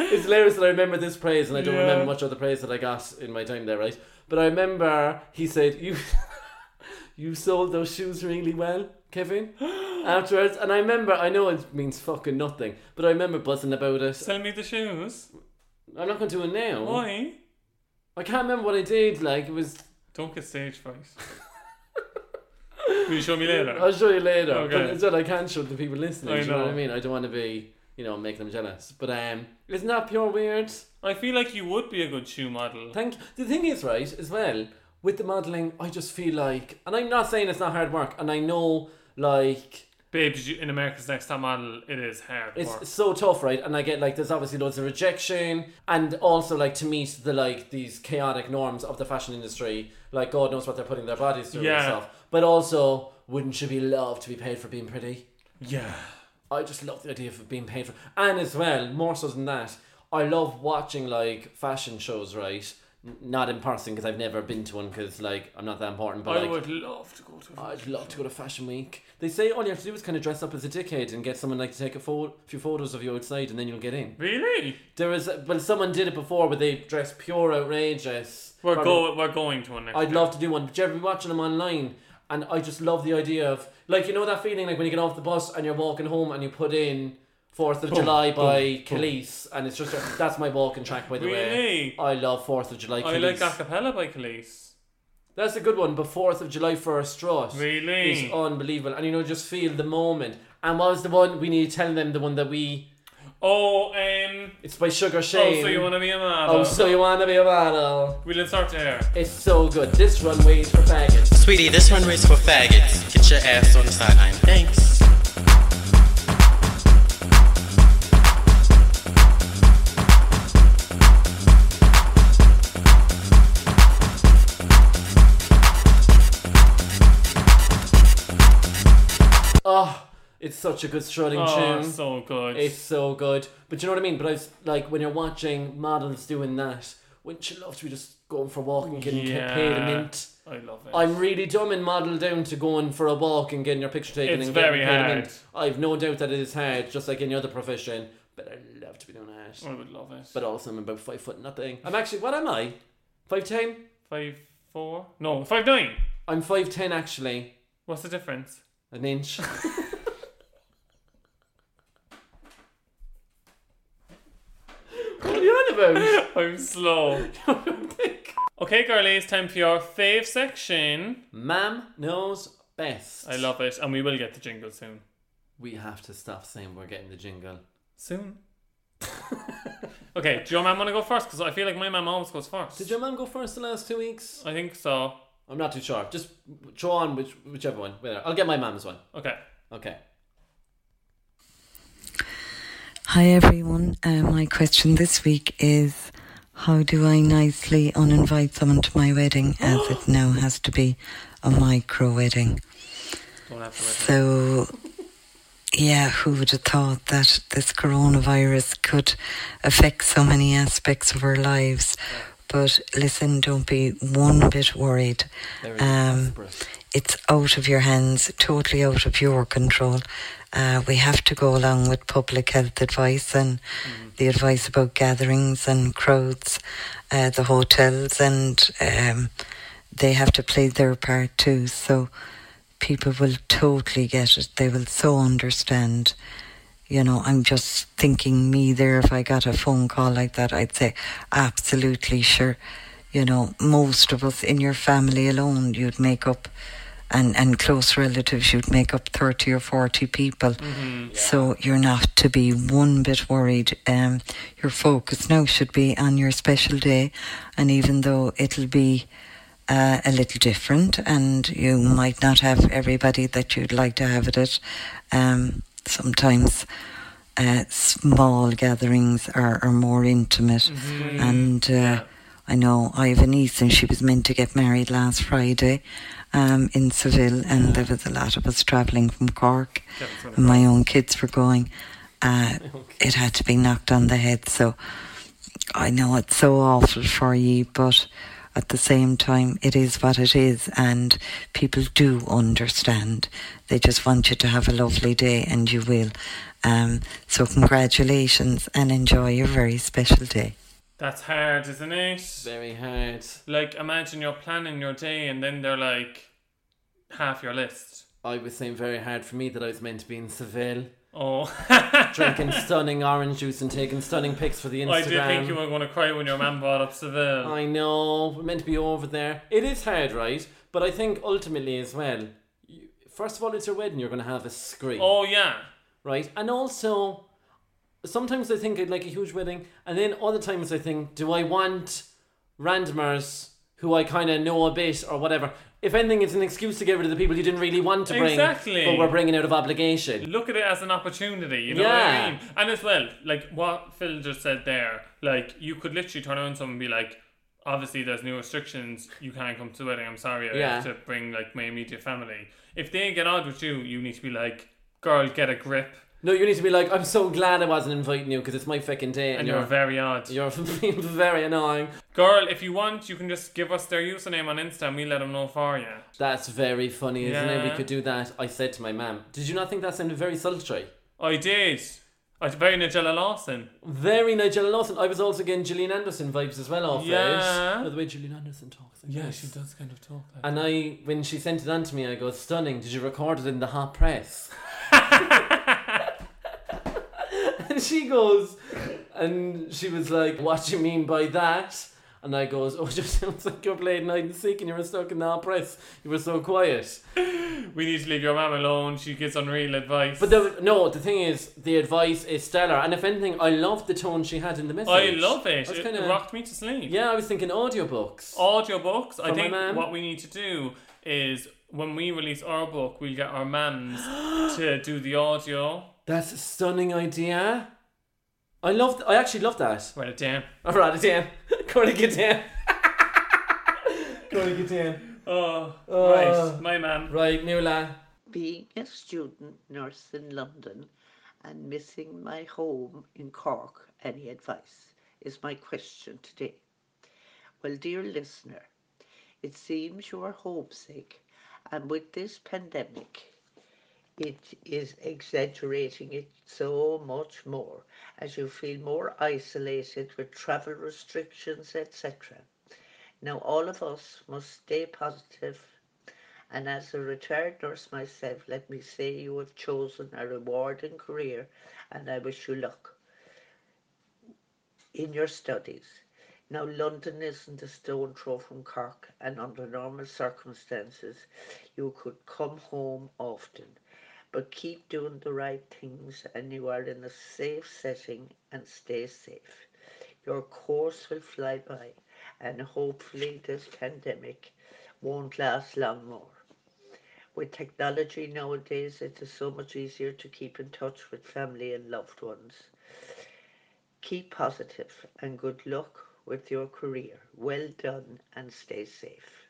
Speaker 2: it's hilarious that I remember this praise and I don't
Speaker 1: Yeah.
Speaker 2: remember much of the praise that I got in my time there, right? But I remember he said, You you sold those shoes really well, Kevin. Afterwards, and I remember, I know it means fucking nothing, but I remember buzzing about it.
Speaker 1: Sell me the shoes.
Speaker 2: Mm. I'm not going to do it now.
Speaker 1: Why?
Speaker 2: I can't remember what I did. Like it was,
Speaker 1: Don't get stage fright. Will you show me later?
Speaker 2: I'll show you later.
Speaker 1: Okay.
Speaker 2: But it's what I can show the people listening.
Speaker 1: I
Speaker 2: do you know.
Speaker 1: know.
Speaker 2: what I mean? I don't want to be, you know, making them jealous. But um, isn't that pure weird?
Speaker 1: I feel like you would be a good shoe model.
Speaker 2: Thank. The thing is, right, as well with the modelling, I just feel like, and I'm not saying it's not hard work, and I know like
Speaker 1: Babe, did you, in America's Next Top Model, it is hard
Speaker 2: it's
Speaker 1: work.
Speaker 2: so tough, right? And I get like there's obviously loads of rejection, and also like to meet the like these chaotic norms of the fashion industry, like God knows what they're putting their bodies through
Speaker 1: Yeah.
Speaker 2: and stuff. But also, wouldn't you be loved to be paid for being pretty?
Speaker 1: yeah.
Speaker 2: I just love the idea of being paid for, and as well, more so than that, I love watching like fashion shows, right? N- Not in person because I've never been to one because like I'm not that important. But
Speaker 1: I
Speaker 2: like,
Speaker 1: would love to go to.
Speaker 2: I'd love to go to Fashion Week. They say all you have to do is kind of dress up as a dickhead and get someone like to take a pho- few photos of you outside, and then you'll get in.
Speaker 1: Really?
Speaker 2: There is, well, someone did it before, but they dress pure outrageous.
Speaker 1: We're
Speaker 2: Probably-
Speaker 1: go. We're going to one next.
Speaker 2: I'd love to do one. But you've been watching them online, and I just love the idea of like you know that feeling like when you get off the bus and you're walking home and you put in Fourth
Speaker 1: Oh,
Speaker 2: of July by Khalees, and it's just that's my walking track by the way.
Speaker 1: Really?
Speaker 2: I love Fourth of July.
Speaker 1: I
Speaker 2: Khalees.
Speaker 1: like acapella by Khalees.
Speaker 2: That's a good one, but Fourth of July for a Strut
Speaker 1: Really?
Speaker 2: is unbelievable, and you know just feel the moment. And what was the one we need to tell them? The one that we
Speaker 1: Oh, um.
Speaker 2: it's by Sugar Shane.
Speaker 1: Oh, so you want to be a model?
Speaker 2: Oh, so you wanna be a model?
Speaker 1: We'll insert there.
Speaker 2: It's so good. This runway's for faggots.
Speaker 5: Sweetie, this runway's for faggots. Get your ass on the sideline. Thanks.
Speaker 2: Oh, it's such a good strutting
Speaker 1: Oh,
Speaker 2: tune.
Speaker 1: so good.
Speaker 2: It's so good. But you know what I mean? But I was like, when you're watching models doing that, wouldn't you love to be just going for a walk and getting ca- paid a
Speaker 1: Yeah.
Speaker 2: mint?
Speaker 1: I love it.
Speaker 2: I'm really dumbing model down to going for a walk and getting your picture taken
Speaker 1: It's
Speaker 2: and
Speaker 1: very
Speaker 2: getting paid a
Speaker 1: hard.
Speaker 2: mint. I've no doubt that it is hard, just like any other profession. But I love to be doing that.
Speaker 1: I would love it.
Speaker 2: But also, I'm about five foot nothing. I'm actually, what am I? Five ten?
Speaker 1: five four? No, five nine.
Speaker 2: I'm five ten actually,
Speaker 1: What's the difference?
Speaker 2: an inch. what are you on about?
Speaker 1: I'm slow. okay, girlies, time for your fave section.
Speaker 2: Mam knows best.
Speaker 1: I love it, and we will get the jingle soon.
Speaker 2: We have to stop saying we're getting the jingle.
Speaker 1: Soon. okay, do your mum want to go first? Because I feel like my mum always goes first.
Speaker 2: Did your mum go first the last two weeks?
Speaker 1: I think so.
Speaker 2: I'm not too sure. Just throw on which, whichever one. Whatever. I'll get my mum's one.
Speaker 1: Okay.
Speaker 2: Okay.
Speaker 6: Hi everyone. Uh, my question this week is how do I nicely uninvite someone to my wedding as it now has to be a micro wedding?
Speaker 1: Don't have to wait.
Speaker 6: So yeah, who would have thought that this coronavirus could affect so many aspects of our lives? But listen, don't be one bit worried.
Speaker 2: Very
Speaker 6: Um,
Speaker 2: desperate.
Speaker 6: it's out of your hands, totally out of your control. Uh, we have to go along with public health advice and the advice about gatherings and crowds, uh, the hotels, and um, they have to play their part too. So people will totally get it. They will so understand You know, I'm just thinking me there. If I got a phone call like that, I'd say, absolutely sure. You know, most of us in your family alone, you'd make up, and, and close relatives, you'd make up 30 or 40 people. So you're not to be one bit worried. Um, your focus now should be on your special day, and even though it'll be uh, a little different, and you might not have everybody that you'd like to have at it. Um, sometimes uh, small gatherings are, are more intimate, and uh, I know I have a niece, and she was meant to get married last Friday um, in Seville, and there was a lot of us travelling from Cork, and my own kids were going. Uh, it had to be knocked on the head, so. I know it's so awful for you, but at the same time, it is what it is, and people do understand. They just want you to have a lovely day, and you will. Um, so, congratulations and enjoy your very special day.
Speaker 1: That's hard, isn't it?
Speaker 2: Very hard.
Speaker 1: Like, imagine you're planning your day and then they're like half your list.
Speaker 2: I was saying very hard for me that I was meant to be in Seville,
Speaker 1: Oh,
Speaker 2: drinking stunning orange juice and taking stunning pics for the Instagram.
Speaker 1: I did think you were going to cry when your man brought up Seville.
Speaker 2: I know, we're meant to be over there. It is hard, right? But I think ultimately as well, you, first of all, it's your wedding, you're going to have a scream,
Speaker 1: Oh, yeah.
Speaker 2: right? And also, sometimes I think I'd like a huge wedding, and then other times I think, do I want randomers who I kind of know a bit or whatever? If anything, it's an excuse to get rid of the people you didn't really want to bring,
Speaker 1: Exactly.
Speaker 2: but we're bringing out of obligation.
Speaker 1: Look at it as an opportunity, you know
Speaker 2: Yeah.
Speaker 1: what I mean? And as well, like what Phil just said there, like you could literally turn around to someone and be like, obviously there's new restrictions, you can't come to the wedding, I'm sorry, I have
Speaker 2: Yeah.
Speaker 1: to bring like my immediate family. If they get odd with you, you need to be like, girl, get a grip.
Speaker 2: No, you need to be like, I'm so glad I wasn't inviting you because it's my fucking day, and,
Speaker 1: And you're very odd.
Speaker 2: you're being very annoying.
Speaker 1: Girl, if you want, you can just give us their username on Insta and we let them know for you.
Speaker 2: That's very funny, isn't it? We
Speaker 1: Yeah.
Speaker 2: could do that. I said to my mum, Did you not think that sounded very sultry?
Speaker 1: I did. I very Nigella Lawson.
Speaker 2: Very Nigella Lawson. I was also getting Gillian Anderson vibes as well off
Speaker 1: Yeah.
Speaker 2: it. By the way, Gillian Anderson talks. Like this.
Speaker 1: does kind of talk like
Speaker 2: And I, when she sent it on to me, I go, Stunning. Did you record it in the hot press? and she goes, And she was like, What do you mean by that? And I goes, Oh, it just sounds like you're playing hide and seek and you were stuck in the hot press. You were so quiet.
Speaker 1: We need to leave your mum alone, she gives unreal advice.
Speaker 2: But the, no, the thing is, the advice is stellar, and if anything, I loved the tone she had in the message.
Speaker 1: I love it.
Speaker 2: I was
Speaker 1: It
Speaker 2: kinda-
Speaker 1: rocked me to sleep.
Speaker 2: Yeah, I was thinking audiobooks.
Speaker 1: Audiobooks.
Speaker 2: From
Speaker 1: I
Speaker 2: my
Speaker 1: think
Speaker 2: mam.
Speaker 1: what we need to do is when we release our book, we'll get our mams to do the audio.
Speaker 2: That's a stunning idea. I love. I actually love that.
Speaker 1: Write it down.
Speaker 2: All right, it's in. Corey, get in. Corey, get in.
Speaker 1: Oh,
Speaker 2: uh.
Speaker 1: right. My mam.
Speaker 2: Right, Nuala.
Speaker 7: being a student nurse in London and missing my home in Cork, any advice is my question today. Well, dear listener, it seems you are homesick, and with this pandemic, it is exaggerating it so much more as you feel more isolated with travel restrictions, etc. Now, all of us must stay positive and as a retired nurse myself, let me say you have chosen a rewarding career and I wish you luck in your studies. Now, London isn't a stone throw from Cork, and under normal circumstances, you could come home often. But keep doing the right things, and you are in a safe setting, and stay safe. Your course will fly by, and hopefully, this pandemic won't last long more. With technology nowadays, it is so much easier to keep in touch with family and loved ones. Keep positive and good luck with your career. Well done and stay safe.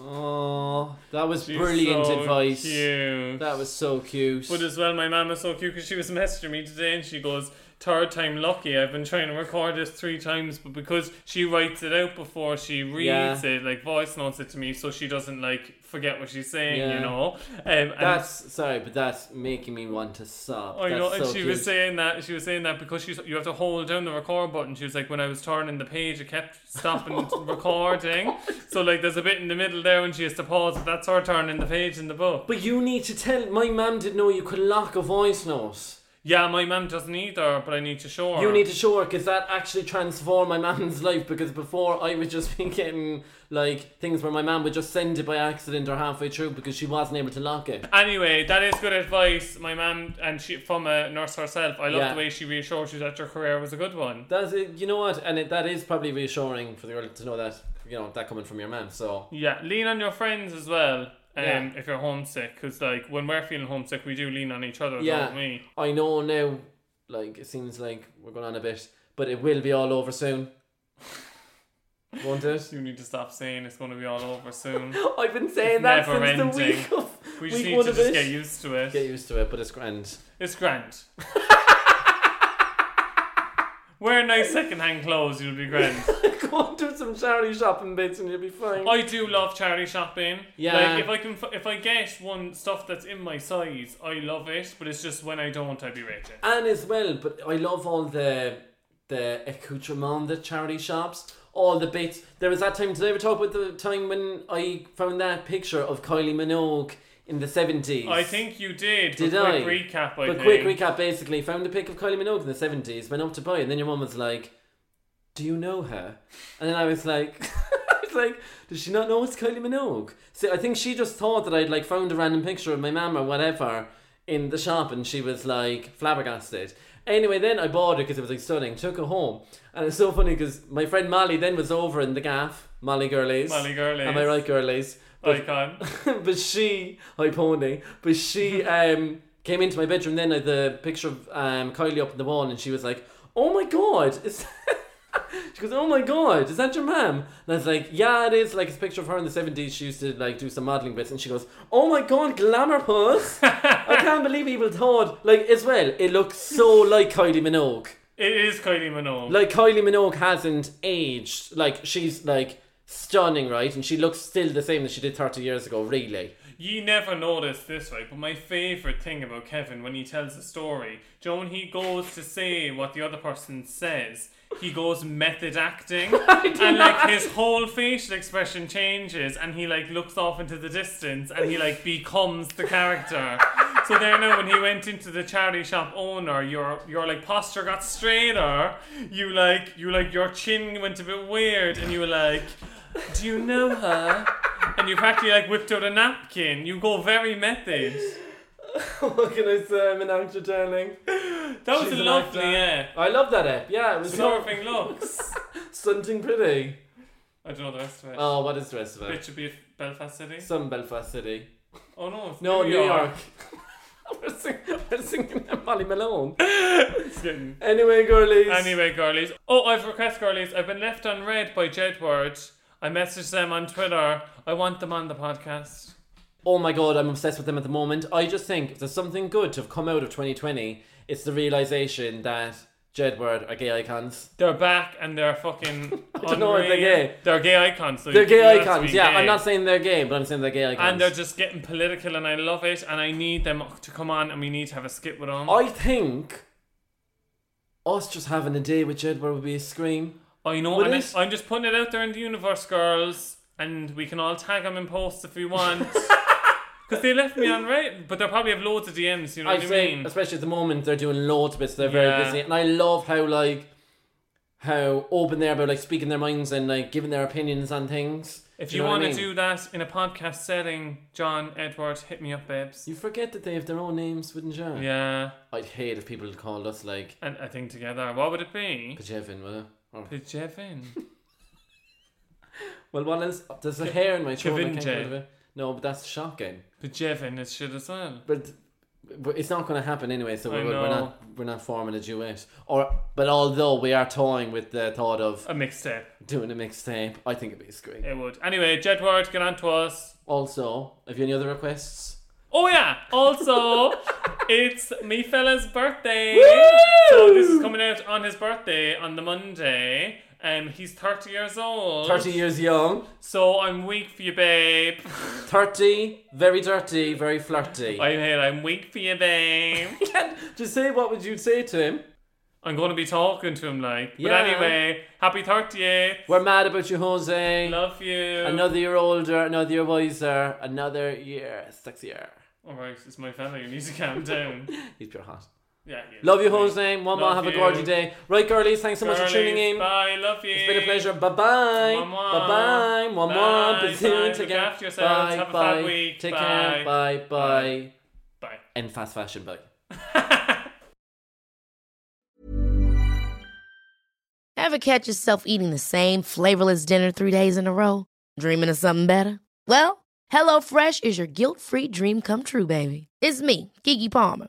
Speaker 2: Oh, that was
Speaker 1: She's
Speaker 2: brilliant
Speaker 1: so
Speaker 2: advice.
Speaker 1: Cute.
Speaker 2: That was so cute.
Speaker 1: But as well, my mum is so cute because she was messaging me today and she goes, Third time lucky, I've been trying to record this three times, but because she writes it out before she reads
Speaker 2: Yeah.
Speaker 1: it, like voice notes it to me, so she doesn't like forget what she's saying,
Speaker 2: Yeah.
Speaker 1: you know? Um, and
Speaker 2: that's sorry, but that's making me want to sob.
Speaker 1: I
Speaker 2: that's
Speaker 1: know, and
Speaker 2: so
Speaker 1: she
Speaker 2: cute.
Speaker 1: was saying that she was saying that because she's you have to hold down the record button. She was like, when I was turning the page, it kept stopping recording. So like, there's a bit in the middle there when she has to pause. But that's her turning the page in the book.
Speaker 2: But you need to tell. My mum didn't know you could lock a voice note.
Speaker 1: Yeah, my mum doesn't either, but I need to show her.
Speaker 2: You need to show her because that actually transformed my mum's life. Because before I would just be getting like things where my mum would just send it by accident or halfway through because she wasn't able to lock it.
Speaker 1: Anyway, that is good advice. My mum and she from a nurse herself. I love
Speaker 2: Yeah.
Speaker 1: the way she reassures you that your career was a good one.
Speaker 2: That's it. You know what? And it, that is probably reassuring for the girl to know that you know that coming from your mum. So
Speaker 1: Yeah, lean on your friends as well. Um,
Speaker 2: Yeah.
Speaker 1: if you're homesick, because like when we're feeling homesick, we do lean on each other,
Speaker 2: Yeah.
Speaker 1: don't we?
Speaker 2: I know now. Like it seems like we're going on a bit, but it will be all over soon. Won't it?
Speaker 1: You need to stop saying it's going to be all over soon.
Speaker 2: I've been
Speaker 1: It's
Speaker 2: saying that
Speaker 1: never
Speaker 2: since the
Speaker 1: ending.
Speaker 2: week of
Speaker 1: We just
Speaker 2: week
Speaker 1: need
Speaker 2: one
Speaker 1: to
Speaker 2: of
Speaker 1: just
Speaker 2: it.
Speaker 1: get used to it.
Speaker 2: Get used to it, but it's grand.
Speaker 1: It's grand. Wear nice second-hand clothes, you'll be grand.
Speaker 2: Go and do some charity shopping bits, and you'll be fine.
Speaker 1: I do love charity shopping.
Speaker 2: Yeah.
Speaker 1: Like if I can, f- if I get one stuff that's in my size, I love it. But it's just when I don't, I be raging.
Speaker 2: and as well, but I love all the the accoutrement that charity shops, all the bits. There was that time today we talked about the time when I found that picture of Kylie Minogue in the seventies.
Speaker 1: I think you did.
Speaker 2: Did
Speaker 1: but
Speaker 2: I?
Speaker 1: Quick recap. I
Speaker 2: but
Speaker 1: think.
Speaker 2: quick recap, basically found a pic of Kylie Minogue in the seventies, went up to buy, it, and then your mum was like, "Do you know her?" And then I was like. I was Like, does she not know it's Kylie Minogue? So I think she just thought that I'd like found a random picture of my mum or whatever in the shop, and she was like flabbergasted. Anyway, then I bought it because it was like stunning. Took it home, and it's so funny because my friend Molly then was over in the gaff, Molly Girlies.
Speaker 1: Molly Girlies.
Speaker 2: Am I right, Girlies? But
Speaker 1: Icon.
Speaker 2: but she, hi pony, but she um, came into my bedroom then, uh, the picture of um, Kylie up on the wall, and she was like, oh my god, is she goes, oh my god, is that your mum? And I was like, yeah, it is, like it's a picture of her in the 70s, she used to like do some modelling bits, and she goes, oh my god, glamour puss, I can't believe people thought, like as well, it looks so like Kylie Minogue.
Speaker 1: It is Kylie Minogue.
Speaker 2: Like Kylie Minogue hasn't aged, like she's like stunning, right? And she looks still the same that she did 30 years ago, really.
Speaker 1: You never noticed this, right? But my favourite thing about Kevin when he tells a story, do you know when he goes to say what the other person says, he goes method acting, and like his whole facial expression changes, and he like looks off into the distance, and he like becomes the character. So there now, when he went into the charity shop owner, your your like posture got straighter. You like you like your chin went a bit weird, and you were like, "Do you know her?" and you practically like whipped out a napkin. You go very method.
Speaker 2: what can I say? I'm an actor, darling. That
Speaker 1: was a lovely app.
Speaker 2: I love that app. Yeah, it was so
Speaker 1: Snorting looks.
Speaker 2: stunting pretty.
Speaker 1: I don't know the rest of it.
Speaker 2: Oh, what is the rest of
Speaker 1: it
Speaker 2: it?
Speaker 1: should be Belfast City.
Speaker 2: Some Belfast City.
Speaker 1: Oh no, it's
Speaker 2: No,
Speaker 1: New,
Speaker 2: New York. we're, sing- we're singing Molly Malone.
Speaker 1: It's getting-
Speaker 2: Anyway, girlies.
Speaker 1: Anyway, girlies. Oh, I've request girlies. I've been left unread by Jedward. I messaged them on Twitter. I want them on the podcast.
Speaker 2: Oh my god, I'm obsessed with them at the moment. I just think if there's something good to have come out of 2020, it's the realization that Jedward are gay icons.
Speaker 1: They're back and they're fucking. I
Speaker 2: don't know if they're gay.
Speaker 1: They're gay icons. so
Speaker 2: They're
Speaker 1: you don't
Speaker 2: gay
Speaker 1: have to
Speaker 2: icons.
Speaker 1: be
Speaker 2: Yeah,
Speaker 1: gay.
Speaker 2: I'm not saying they're gay, but I'm saying they're gay icons.
Speaker 1: And they're just getting political, and I love it. And I need them to come on, and we need to have a skit with them.
Speaker 2: I think us just having a day with Jedward would be a scream.
Speaker 1: I Oh, know,
Speaker 2: Would
Speaker 1: and
Speaker 2: it?
Speaker 1: I- I'm just putting it out there in the universe, girls, and we can all tag them in posts if we want. Because they left me on right, but they'll probably have loads of DMs. You know
Speaker 2: I
Speaker 1: what I
Speaker 2: say,
Speaker 1: mean?
Speaker 2: especially at the moment, they're doing loads of bits. They're
Speaker 1: Yeah.
Speaker 2: very busy, and I love how like how open they are about like speaking their minds and like giving their opinions on things.
Speaker 1: If
Speaker 2: Do
Speaker 1: you,
Speaker 2: know what
Speaker 1: want
Speaker 2: I
Speaker 1: to
Speaker 2: mean?
Speaker 1: do that in a podcast setting, John Edward, hit me up, babes.
Speaker 2: you forget that they have their own names, wouldn't you?
Speaker 1: Yeah,
Speaker 2: I'd hate if people called us like
Speaker 1: and I think together, what would it be?
Speaker 2: Pajevin, would it? Or,
Speaker 1: Pajevin.
Speaker 2: well, what else? There's a hair in my throat. I can't
Speaker 1: Kevinje.
Speaker 2: get rid of it. No, but that's shocking.
Speaker 1: Pajevin is shit as well.
Speaker 2: But but it's not going to happen anyway. So we're,
Speaker 1: I
Speaker 2: we're
Speaker 1: know.
Speaker 2: not we're not forming a duet. Or but although we are toying with the thought of
Speaker 1: A mixtape.
Speaker 2: doing a mixtape, I think it'd be great.
Speaker 1: It would. Anyway, Jedward, get on to us.
Speaker 2: Also, have you any other requests?
Speaker 1: Oh yeah. Also, it's me fella's birthday. So this is coming out on his birthday on the Monday. Um, he's thirty years old.
Speaker 2: Thirty years young,
Speaker 1: So I'm weak for you, babe.
Speaker 2: thirty, very dirty, very flirty.
Speaker 1: I'm here. I'm weak for you, babe.
Speaker 2: Just say what would you say to him?
Speaker 1: I'm gonna be talking to him like. But
Speaker 2: Yeah.
Speaker 1: anyway, happy thirtieth.
Speaker 2: We're mad about you, Jose.
Speaker 1: Love you.
Speaker 2: Another year older, another year wiser, another year sexier.
Speaker 1: All right, it's my fella. You need to calm down.
Speaker 2: He's pure hot.
Speaker 1: Yeah. he is.
Speaker 2: Love you, Jose. One more.
Speaker 1: Love
Speaker 2: Have a
Speaker 1: you.
Speaker 2: gorgeous day. Right, girlies. Thanks so much for tuning
Speaker 1: Girlies,
Speaker 2: in.
Speaker 1: Bye. Love you.
Speaker 2: It's been a pleasure. Bye bye.
Speaker 1: Mwah.
Speaker 2: Bye bye. Mwah
Speaker 1: Bye,
Speaker 2: mwah.
Speaker 1: bye.
Speaker 2: Bazoon.
Speaker 1: Look
Speaker 2: Take care.
Speaker 1: after
Speaker 2: Bye
Speaker 1: yourselves. Have a
Speaker 2: bye.
Speaker 1: fab week.
Speaker 2: Take
Speaker 1: Bye.
Speaker 2: care. Bye bye.
Speaker 1: Bye.
Speaker 2: And fast fashion. Bye.
Speaker 3: Ever catch yourself eating the same flavorless dinner three days in a row? Dreaming of something better? Well, HelloFresh is your guilt free dream come true, baby. It's me, Kiki Palmer.